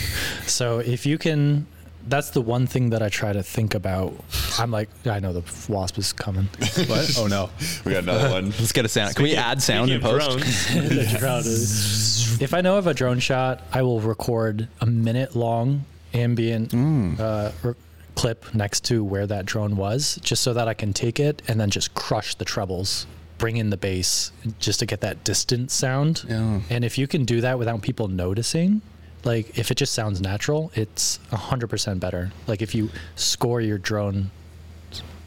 [SPEAKER 5] so if you can that's the one thing that I try to think about. I'm like, I know the wasp is coming. What? Oh no.
[SPEAKER 2] We got another one.
[SPEAKER 6] Let's get a sound. Can we add sound in
[SPEAKER 4] Speaking of
[SPEAKER 6] post?
[SPEAKER 4] drones,
[SPEAKER 5] If I know of a drone shot, I will record a minute long ambient uh, r- clip next to where that drone was, just so that I can take it and then just crush the trebles, bring in the bass, just to get that distant sound.
[SPEAKER 3] Yeah.
[SPEAKER 5] And if you can do that without people noticing, like if it just sounds natural, it's 100% better. Like if you score your drone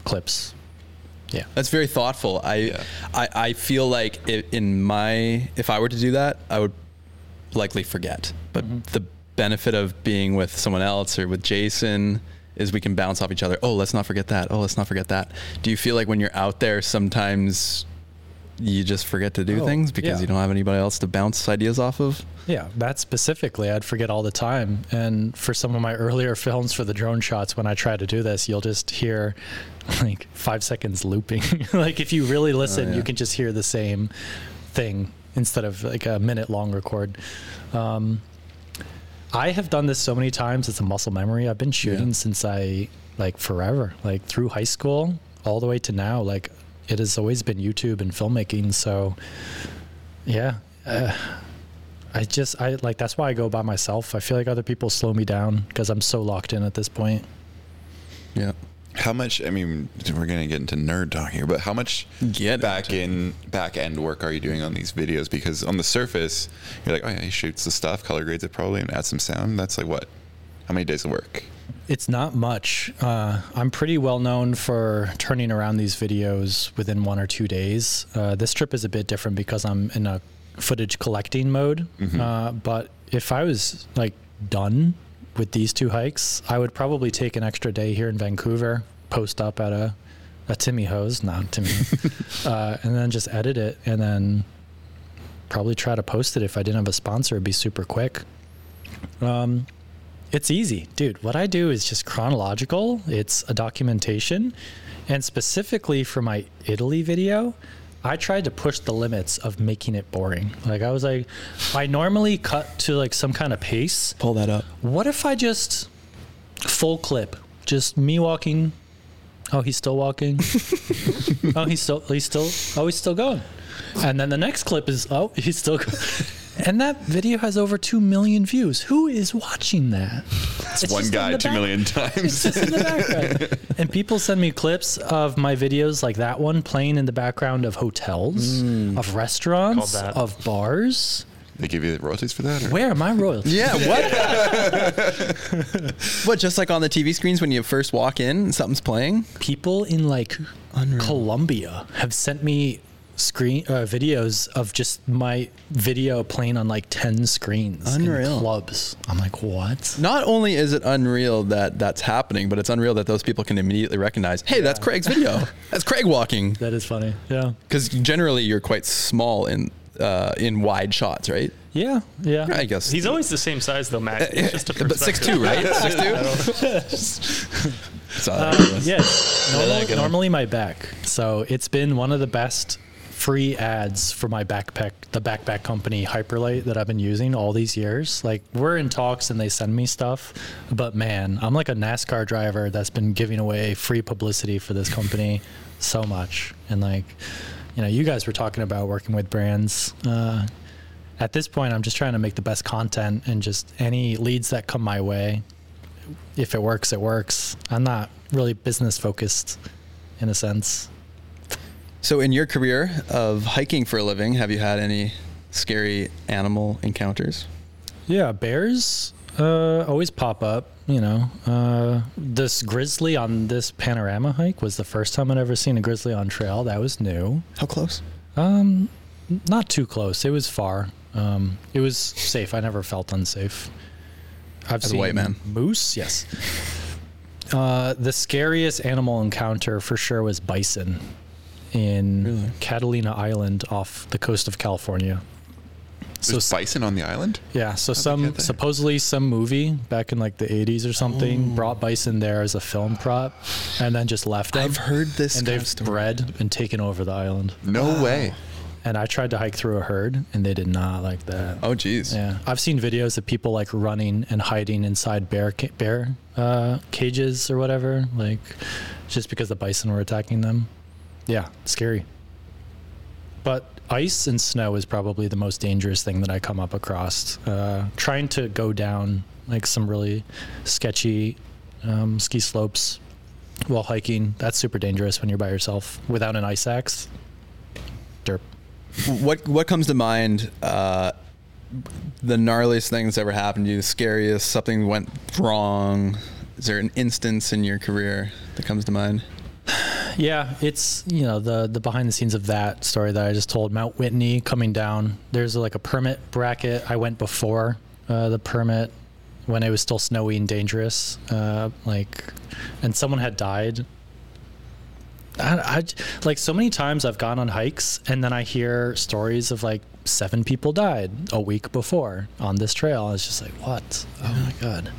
[SPEAKER 5] clips. Yeah.
[SPEAKER 3] That's very thoughtful. I,
[SPEAKER 2] Yeah.
[SPEAKER 3] I, I feel like i in my, if I were to do that, I would likely forget. But the benefit of being with someone else or with Jason is we can bounce off each other. Oh, let's not forget that. Oh, let's not forget that. Do you feel like when you're out there, sometimes you just forget to do
[SPEAKER 5] Oh,
[SPEAKER 3] things because
[SPEAKER 5] yeah.
[SPEAKER 3] you don't have anybody else to bounce ideas off of?
[SPEAKER 5] Yeah, that specifically, I'd forget all the time. And for some of my earlier films for the drone shots, when I try to do this, you'll just hear like five seconds looping. like if you really listen, you can just hear the same thing instead of like a minute long record. Um, I have done this so many times; it's a muscle memory. I've been shooting since I like forever, like through high school all the way to now. Like it has always been YouTube and filmmaking. So yeah. I just I like that's why I go by myself. I feel like other people slow me down because I'm so locked in at this point.
[SPEAKER 3] Yeah.
[SPEAKER 2] How much? I mean, we're gonna get into nerd talk here, but how much
[SPEAKER 3] Get
[SPEAKER 2] back in back end work are you doing on these videos? Because on the surface, you're like, oh yeah, he shoots the stuff, color grades it probably, and adds some sound. That's like what? How many days of work?
[SPEAKER 5] It's not much. Uh, I'm pretty well known for turning around these videos within one or two days. Uh, this trip is a bit different because I'm in a footage collecting mode. Uh, but if I was like done with these two hikes, I would probably take an extra day here in Vancouver, post up at a a Timmy hose, not Timmy, uh, and then just edit it and then probably try to post it. If I didn't have a sponsor, it'd be super quick. It's easy, dude. What I do is just chronological. It's a documentation, and specifically for my Italy video, I tried to push the limits of making it boring. Like I was like, I normally cut to like some kind of pace.
[SPEAKER 3] Pull that up.
[SPEAKER 5] What if I just full clip, just me walking? Oh, he's still walking. oh, he's still he's still oh he's still going. And then the next clip is oh he's still. Go- and that video has over two million views. Who is watching that? It's
[SPEAKER 2] One
[SPEAKER 5] just in
[SPEAKER 2] guy,
[SPEAKER 5] the
[SPEAKER 2] two
[SPEAKER 5] back-
[SPEAKER 2] million
[SPEAKER 5] It's
[SPEAKER 2] times.
[SPEAKER 5] just in the background. and people send me clips of my videos like that one playing in the background of hotels, of restaurants,
[SPEAKER 4] Called that.
[SPEAKER 5] of bars.
[SPEAKER 2] they give you the royalties for that? Or?
[SPEAKER 5] Where am I royalty?
[SPEAKER 3] Yeah, what? what, just like on the TV screens when you first walk in, something's playing?
[SPEAKER 5] people in like Colombia have sent me screen uh, videos of just my video playing on like 10 screens
[SPEAKER 3] Unreal.
[SPEAKER 5] in clubs. I'm like, what?
[SPEAKER 3] Not only is it unreal that that's happening, but it's unreal that those people can immediately recognize, hey, that's Craig's video. that's Craig walking.
[SPEAKER 5] That is funny. Yeah.
[SPEAKER 3] Because generally you're quite small in uh, in wide shots, right?
[SPEAKER 5] Yeah. Yeah.
[SPEAKER 3] I guess.
[SPEAKER 4] he's always the same size though, Mac. It's just a
[SPEAKER 3] Uh, but six two,
[SPEAKER 4] perspective.
[SPEAKER 3] right? Six two.
[SPEAKER 5] Um, yes.
[SPEAKER 3] like
[SPEAKER 5] Normally,
[SPEAKER 3] it.
[SPEAKER 5] normally my back. So it's been one of the best free ads for my backpack, the backpack company Hyperlite that I've been using all these years. Like we're in talks and they send me stuff, but man, I'm like a NASCAR driver that's been giving away free publicity for this company so much. And like, you know, you guys were talking about working with brands. Uh, at this point, I'm just trying to make the best content and just any leads that come my way, if it works, it works. I'm not really business focused in a sense.
[SPEAKER 3] So in your career of hiking for a living, have you had any scary animal encounters?
[SPEAKER 5] Yeah, bears uh, always pop up, you know. Uh, this grizzly on this panorama hike was the first time I'd ever seen a grizzly on trail. That was new.
[SPEAKER 3] How close?
[SPEAKER 5] Um, not too close. It was far. Um, it was safe. I never felt unsafe. I've
[SPEAKER 3] As a white man.
[SPEAKER 5] moose. Yes. Uh, the scariest animal encounter for sure was bison in
[SPEAKER 3] Really?
[SPEAKER 5] Catalina Island off the coast of California. So
[SPEAKER 2] There's bison on the island?
[SPEAKER 5] yeah, so some
[SPEAKER 2] get there?
[SPEAKER 5] supposedly some movie back in like the 80s or something
[SPEAKER 3] Oh.
[SPEAKER 5] brought bison there as a film prop, and then just left them.
[SPEAKER 3] I've heard this
[SPEAKER 5] and
[SPEAKER 3] kind
[SPEAKER 5] they've
[SPEAKER 3] of story.
[SPEAKER 5] bred and taken over the island.
[SPEAKER 2] No way.
[SPEAKER 5] And I tried to hike through a herd, and they did not like that.
[SPEAKER 3] Oh, geez.
[SPEAKER 5] Yeah, I've seen videos of people like running and hiding inside bear ca- bear uh, cages or whatever, like just because the bison were attacking them. Yeah, scary. But ice and snow is probably the most dangerous thing that I come up across. Uh, trying to go down like some really sketchy um, ski slopes while hiking, that's super dangerous when you're by yourself without an ice axe. Derp.
[SPEAKER 3] What what comes to mind? Uh, the gnarliest thing that's ever happened to you, the scariest, something went wrong. Is there an instance in your career that comes to mind?
[SPEAKER 5] Yeah, it's you know the the behind the scenes of that story that I just told. Mount Whitney coming down. There's like a permit bracket. I went before uh, the permit when it was still snowy and dangerous. Uh, like, and someone had died. I, I j- like so many times I've gone on hikes and then I hear stories of like seven people died a week before on this trail. It's just like what? Oh my god.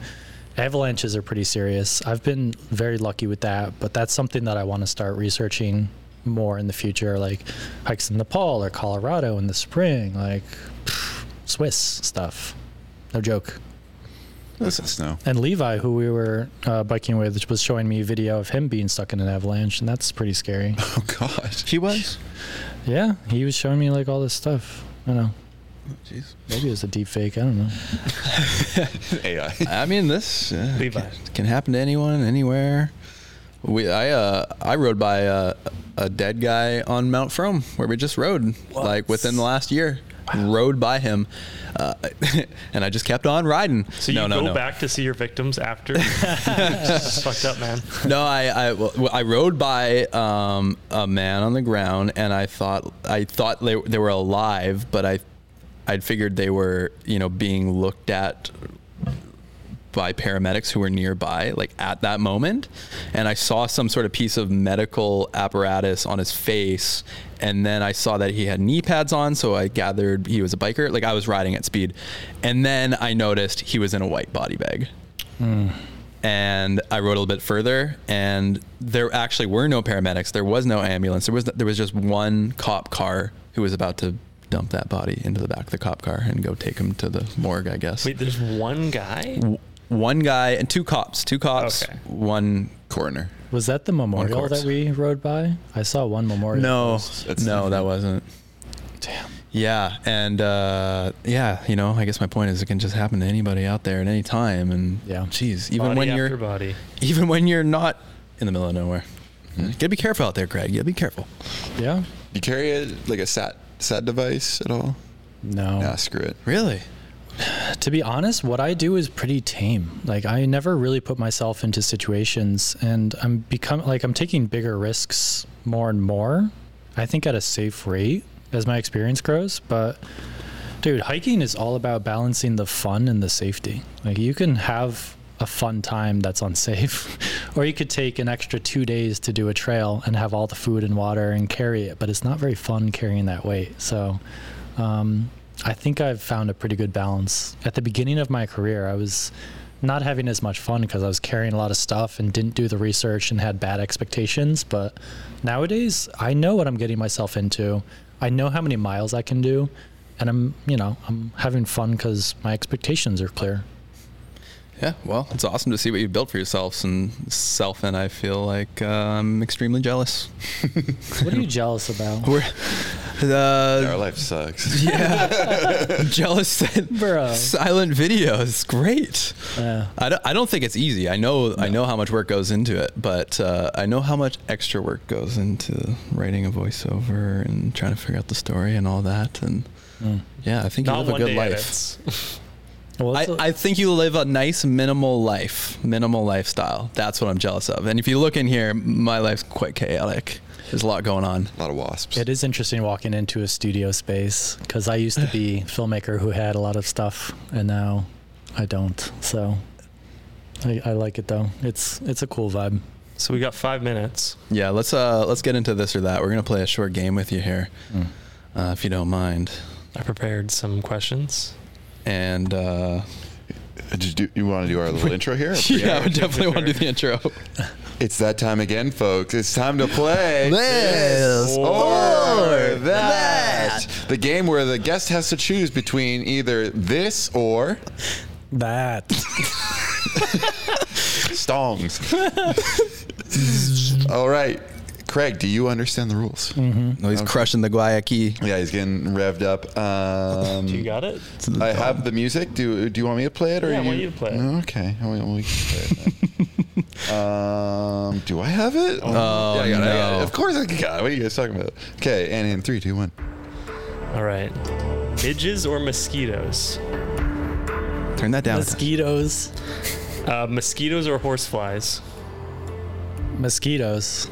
[SPEAKER 5] Avalanches are pretty serious. I've been very lucky with that, but that's something that I want to start researching more in the future, like hikes in Nepal or Colorado in the spring, like pff, Swiss stuff. No joke.
[SPEAKER 2] That's the snow.
[SPEAKER 5] And Levi, who we were uh, biking with, was showing me a video of him being stuck in an avalanche, and that's pretty scary.
[SPEAKER 2] Oh God.
[SPEAKER 3] He was.
[SPEAKER 5] yeah, he was showing me like all this stuff. I don't know.
[SPEAKER 3] Jeez.
[SPEAKER 5] Maybe it was a deep fake. I don't know.
[SPEAKER 2] AI.
[SPEAKER 3] I mean, this uh,
[SPEAKER 4] Levi.
[SPEAKER 3] Can, can happen to anyone, anywhere. We, I, uh, I rode by a, a dead guy on Mount Frome where we just rode, like within the last year. Rode by him, uh, and I just kept on riding.
[SPEAKER 4] So you
[SPEAKER 3] no, no,
[SPEAKER 4] go
[SPEAKER 3] no.
[SPEAKER 4] back to see your victims after? It's fucked up, man.
[SPEAKER 3] No, I, I, well, I rode by um, a man on the ground, and I thought I thought they, they were alive, but I I'd figured they were you know being looked at by paramedics who were nearby, like at that moment, and I saw some sort of piece of medical apparatus on his face, and then I saw that he had knee pads on, so I gathered he was a biker. Like I was riding at speed, and then I noticed he was in a white body bag and I rode a little bit further, and there actually were no paramedics. There was no ambulance. There was there was just one cop car who was about to dump that body into the back of the cop car and go take him to the morgue, I guess.
[SPEAKER 4] Wait, there's one guy?
[SPEAKER 3] W- One guy and two cops, two cops,
[SPEAKER 4] Okay.
[SPEAKER 3] one.
[SPEAKER 2] Coroner.
[SPEAKER 5] Was that the memorial
[SPEAKER 3] corpse.
[SPEAKER 5] that we rode by? I saw one memorial.
[SPEAKER 3] No,
[SPEAKER 2] That's
[SPEAKER 3] no, that wasn't.
[SPEAKER 5] Damn.
[SPEAKER 3] Yeah, and uh, yeah, you know, I guess my point is it can just happen to anybody out there at any time, and
[SPEAKER 5] Yeah.
[SPEAKER 3] jeez, even
[SPEAKER 4] Body
[SPEAKER 3] when
[SPEAKER 4] after
[SPEAKER 3] you're
[SPEAKER 4] body.
[SPEAKER 3] even when you're not in the middle of nowhere. Gotta be careful out there, Craig. You gotta be careful.
[SPEAKER 5] Yeah.
[SPEAKER 2] You carry a, like a sat sat device at all?
[SPEAKER 5] No.
[SPEAKER 2] Nah, screw it.
[SPEAKER 3] Really?
[SPEAKER 5] to be honest, what I do is pretty tame. Like I never really put myself into situations and I'm become like I'm taking bigger risks more and more. I think at a safe rate as my experience grows, but dude, hiking is all about balancing the fun and the safety. Like you can have a fun time that's unsafe or you could take an extra 2 days to do a trail and have all the food and water and carry it, but it's not very fun carrying that weight. So um, I think I've found a pretty good balance. At the beginning of my career, I was not having as much fun because I was carrying a lot of stuff and didn't do the research and had bad expectations. But nowadays, I know what I'm getting myself into. I know how many miles I can do, and I'm, you know, I'm having fun because my expectations are clear.
[SPEAKER 3] Yeah. Well, it's awesome to see what you've built for yourselves and self. And I feel like uh, I'm extremely jealous.
[SPEAKER 5] What are you jealous about,
[SPEAKER 3] We're
[SPEAKER 2] Our
[SPEAKER 3] uh,
[SPEAKER 2] life sucks. Yeah.
[SPEAKER 3] jealous.
[SPEAKER 5] bro?
[SPEAKER 3] silent videos. Great.
[SPEAKER 5] Yeah.
[SPEAKER 3] I don't, I don't think it's easy. I know I know how much work goes into it, but uh, I know how much extra work goes into writing a voiceover and trying to figure out the story and all that. And
[SPEAKER 5] Hmm.
[SPEAKER 3] yeah, I think you
[SPEAKER 4] Not
[SPEAKER 3] live a
[SPEAKER 4] one
[SPEAKER 3] good
[SPEAKER 4] day
[SPEAKER 3] life.
[SPEAKER 4] edits.
[SPEAKER 5] Well,
[SPEAKER 3] I,
[SPEAKER 5] it's a-
[SPEAKER 3] I think you live a nice minimal life, minimal lifestyle. That's what I'm jealous of. And if you look in here, my life's quite chaotic. There's a lot going on.
[SPEAKER 2] A lot of wasps.
[SPEAKER 5] It is interesting walking into a studio space because I used to be a filmmaker who had a lot of stuff, and now I don't. So I, I like it though. It's it's a cool vibe.
[SPEAKER 4] So we got five minutes.
[SPEAKER 3] Yeah, let's uh let's get into this or that. We're gonna play a short game with you here,
[SPEAKER 5] Hmm.
[SPEAKER 3] uh, if you don't mind.
[SPEAKER 4] I prepared some questions.
[SPEAKER 3] And uh,
[SPEAKER 2] Did you, you want to do our little intro here?
[SPEAKER 3] Yeah, I definitely want to do the intro.
[SPEAKER 2] It's that time again, folks. It's time to play
[SPEAKER 5] This
[SPEAKER 2] or that. The game where the guest has to choose between either this or
[SPEAKER 5] That.
[SPEAKER 2] stongs. All right. Craig, do you understand the rules?
[SPEAKER 3] No, he's crushing the Guayaquil.
[SPEAKER 2] Yeah, he's getting revved up. Um,
[SPEAKER 4] You got it?
[SPEAKER 2] I have the music. Do Do you want me to play it, or
[SPEAKER 4] Yeah, I
[SPEAKER 2] you?
[SPEAKER 4] want you to play it.
[SPEAKER 2] Okay, I mean, we can play it. then. um, do I have it? Oh, I got it, I got it.
[SPEAKER 3] no.
[SPEAKER 2] Of course I got it. What are you guys talking about? Okay, and in three, two, one.
[SPEAKER 4] All right. Midges or mosquitoes?
[SPEAKER 3] Turn that down.
[SPEAKER 5] Mosquitoes.
[SPEAKER 4] Uh, mosquitoes or horseflies?
[SPEAKER 5] Mosquitoes.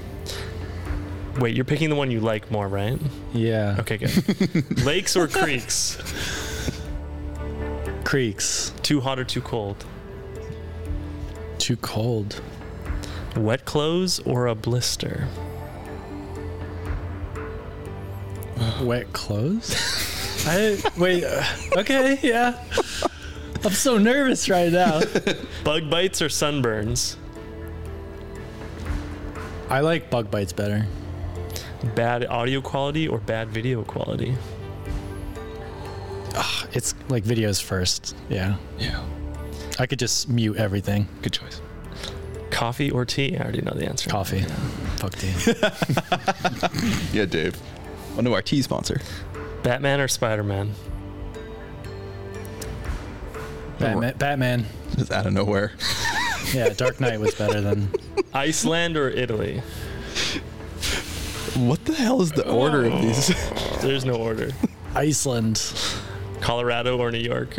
[SPEAKER 4] Wait, you're picking the one you like more, right?
[SPEAKER 5] Yeah.
[SPEAKER 4] Okay, good. Lakes or creeks?
[SPEAKER 5] Creeks.
[SPEAKER 4] Too hot or too cold?
[SPEAKER 5] Too cold.
[SPEAKER 4] Wet clothes or a blister?
[SPEAKER 5] Wet clothes? I wait. uh, Okay, yeah. I'm so nervous right now.
[SPEAKER 4] Bug bites or sunburns?
[SPEAKER 5] I like bug bites better.
[SPEAKER 4] Bad audio quality or bad video quality?
[SPEAKER 5] It's like videos first. Yeah.
[SPEAKER 3] Yeah,
[SPEAKER 5] I could just mute everything.
[SPEAKER 3] good choice.
[SPEAKER 4] Coffee or tea? I already know the answer.
[SPEAKER 5] Coffee. Fuck tea.
[SPEAKER 2] Yeah, Dave.
[SPEAKER 3] One of our tea sponsor.
[SPEAKER 4] Batman or Spider Man?
[SPEAKER 5] Batman. Batman.
[SPEAKER 3] Just out of nowhere.
[SPEAKER 5] Yeah, Dark Knight was better than.
[SPEAKER 4] Iceland or Italy?
[SPEAKER 3] What the hell is the order of these?
[SPEAKER 4] There's no order.
[SPEAKER 5] Iceland,
[SPEAKER 4] Colorado or New York?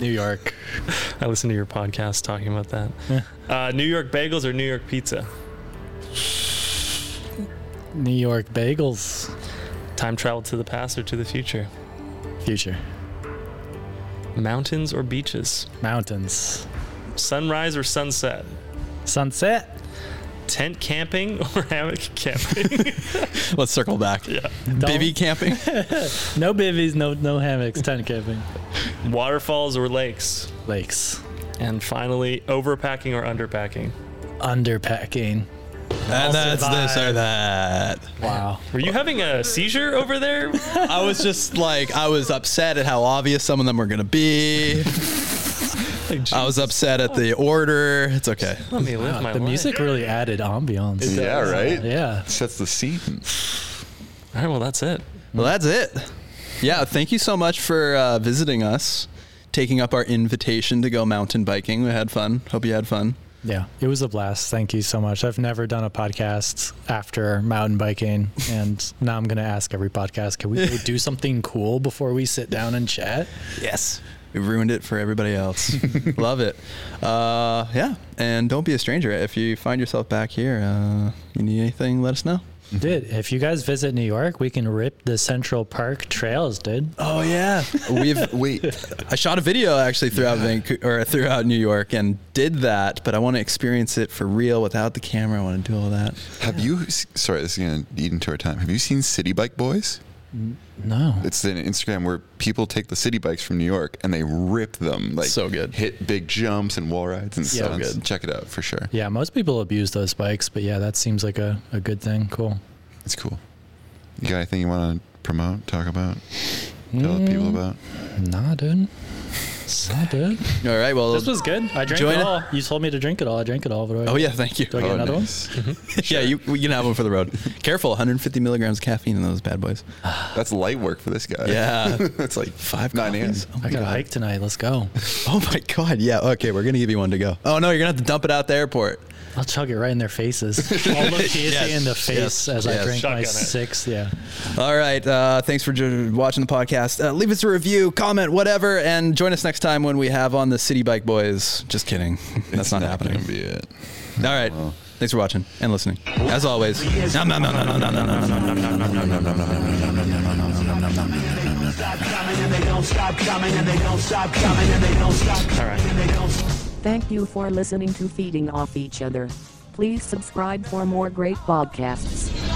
[SPEAKER 5] New York,
[SPEAKER 4] I listened to your podcast talking about that. Uh, New York bagels or New York pizza?
[SPEAKER 5] New York bagels.
[SPEAKER 4] Time travel to the past or to the future?
[SPEAKER 5] Future
[SPEAKER 4] Mountains or beaches?
[SPEAKER 5] mountains,
[SPEAKER 4] Sunrise or sunset?
[SPEAKER 5] sunset.
[SPEAKER 4] Tent camping or hammock camping?
[SPEAKER 3] Let's circle back. Yeah. Baby camping.
[SPEAKER 5] No bivvies, no no hammocks. Tent camping.
[SPEAKER 4] Waterfalls or lakes?
[SPEAKER 5] Lakes.
[SPEAKER 4] And finally, overpacking or underpacking?
[SPEAKER 5] Underpacking.
[SPEAKER 3] And that's this or
[SPEAKER 4] survive.
[SPEAKER 3] that.
[SPEAKER 5] Wow.
[SPEAKER 4] Were you having a seizure over there?
[SPEAKER 3] I was just like, I was upset at how obvious some of them were going to be. I was upset at the order. It's okay.
[SPEAKER 4] Let me live my
[SPEAKER 5] Ah, the
[SPEAKER 4] life.
[SPEAKER 5] music really added ambiance.
[SPEAKER 2] Yeah, right.
[SPEAKER 5] Yeah.
[SPEAKER 2] Sets the scene.
[SPEAKER 4] All right, well, that's it.
[SPEAKER 3] Well, that's it. Yeah, thank you so much for uh, visiting us, taking up our invitation to go mountain biking. We had fun. Hope you had fun.
[SPEAKER 5] Yeah. It was a blast. Thank you so much. I've never done a podcast after mountain biking, and now I'm gonna ask every podcast, can we go do something cool before we sit down and chat?
[SPEAKER 3] Yes. We ruined it for everybody else. Love it. Uh, yeah. And don't be a stranger. If you find yourself back here, uh, you need anything, let us know.
[SPEAKER 5] Dude, if you guys visit New York, we can rip the Central Park trails, dude.
[SPEAKER 3] Oh, yeah. We've,
[SPEAKER 2] Wait,
[SPEAKER 3] I shot a video actually throughout Vancouver or throughout New York and did that, but I want to experience it for real without the camera. I want to do all that.
[SPEAKER 2] have you? s- Sorry, this is gonna eat into our time. Have you seen City Bike Boys?
[SPEAKER 5] No.
[SPEAKER 2] It's an Instagram where people take the city bikes from New York and they rip them. Like
[SPEAKER 3] So good.
[SPEAKER 2] Hit big jumps and wall rides and
[SPEAKER 5] So
[SPEAKER 2] stuff.
[SPEAKER 3] good.
[SPEAKER 2] Check it out for sure.
[SPEAKER 5] Yeah, most people abuse those bikes, but yeah, that seems like a, a good thing. Cool.
[SPEAKER 2] It's cool. You got anything you want to promote, talk about, tell the people about?
[SPEAKER 5] Nah, dude. Nah, dude.
[SPEAKER 3] All right. Well,
[SPEAKER 5] This was good. I drank
[SPEAKER 3] Join-
[SPEAKER 5] it all. You told me to drink it all. I drank it all. What do I-
[SPEAKER 3] oh, yeah. Thank you.
[SPEAKER 5] Do I get another
[SPEAKER 2] one?
[SPEAKER 3] Yeah, you, you can have one for the road. Careful, 150 milligrams of caffeine in those bad boys.
[SPEAKER 2] That's light work for this guy.
[SPEAKER 3] Yeah.
[SPEAKER 2] it's like
[SPEAKER 3] Five
[SPEAKER 2] nine
[SPEAKER 3] coffees?
[SPEAKER 2] hands.
[SPEAKER 3] Oh
[SPEAKER 5] one?
[SPEAKER 3] my,
[SPEAKER 5] I got a
[SPEAKER 3] God.
[SPEAKER 5] hike tonight. Let's go.
[SPEAKER 3] oh my God. Yeah. Okay. We're going to give you one to go. Oh, no. You're going to have to dump it out the airport.
[SPEAKER 5] I'll chug it right in their faces. I'll look Casey
[SPEAKER 3] Yes,
[SPEAKER 5] in the
[SPEAKER 3] yes,
[SPEAKER 5] face
[SPEAKER 3] yes.
[SPEAKER 5] as I drink
[SPEAKER 4] Shotgun
[SPEAKER 5] my
[SPEAKER 4] it.
[SPEAKER 5] six. Yeah.
[SPEAKER 3] All right. Uh, thanks for j- watching the podcast. Uh, leave us a review, comment, whatever, and join us next time when we have on the City Bike Boys. Just kidding. That's not, happening.
[SPEAKER 2] Gonna be it.
[SPEAKER 3] All right. Thanks for watching and listening. As always. Nom, nom, nom, nom, nom, nom, nom, nom, nom.
[SPEAKER 1] Thank you for listening to Feeding Off Each Other. Please subscribe for more great podcasts.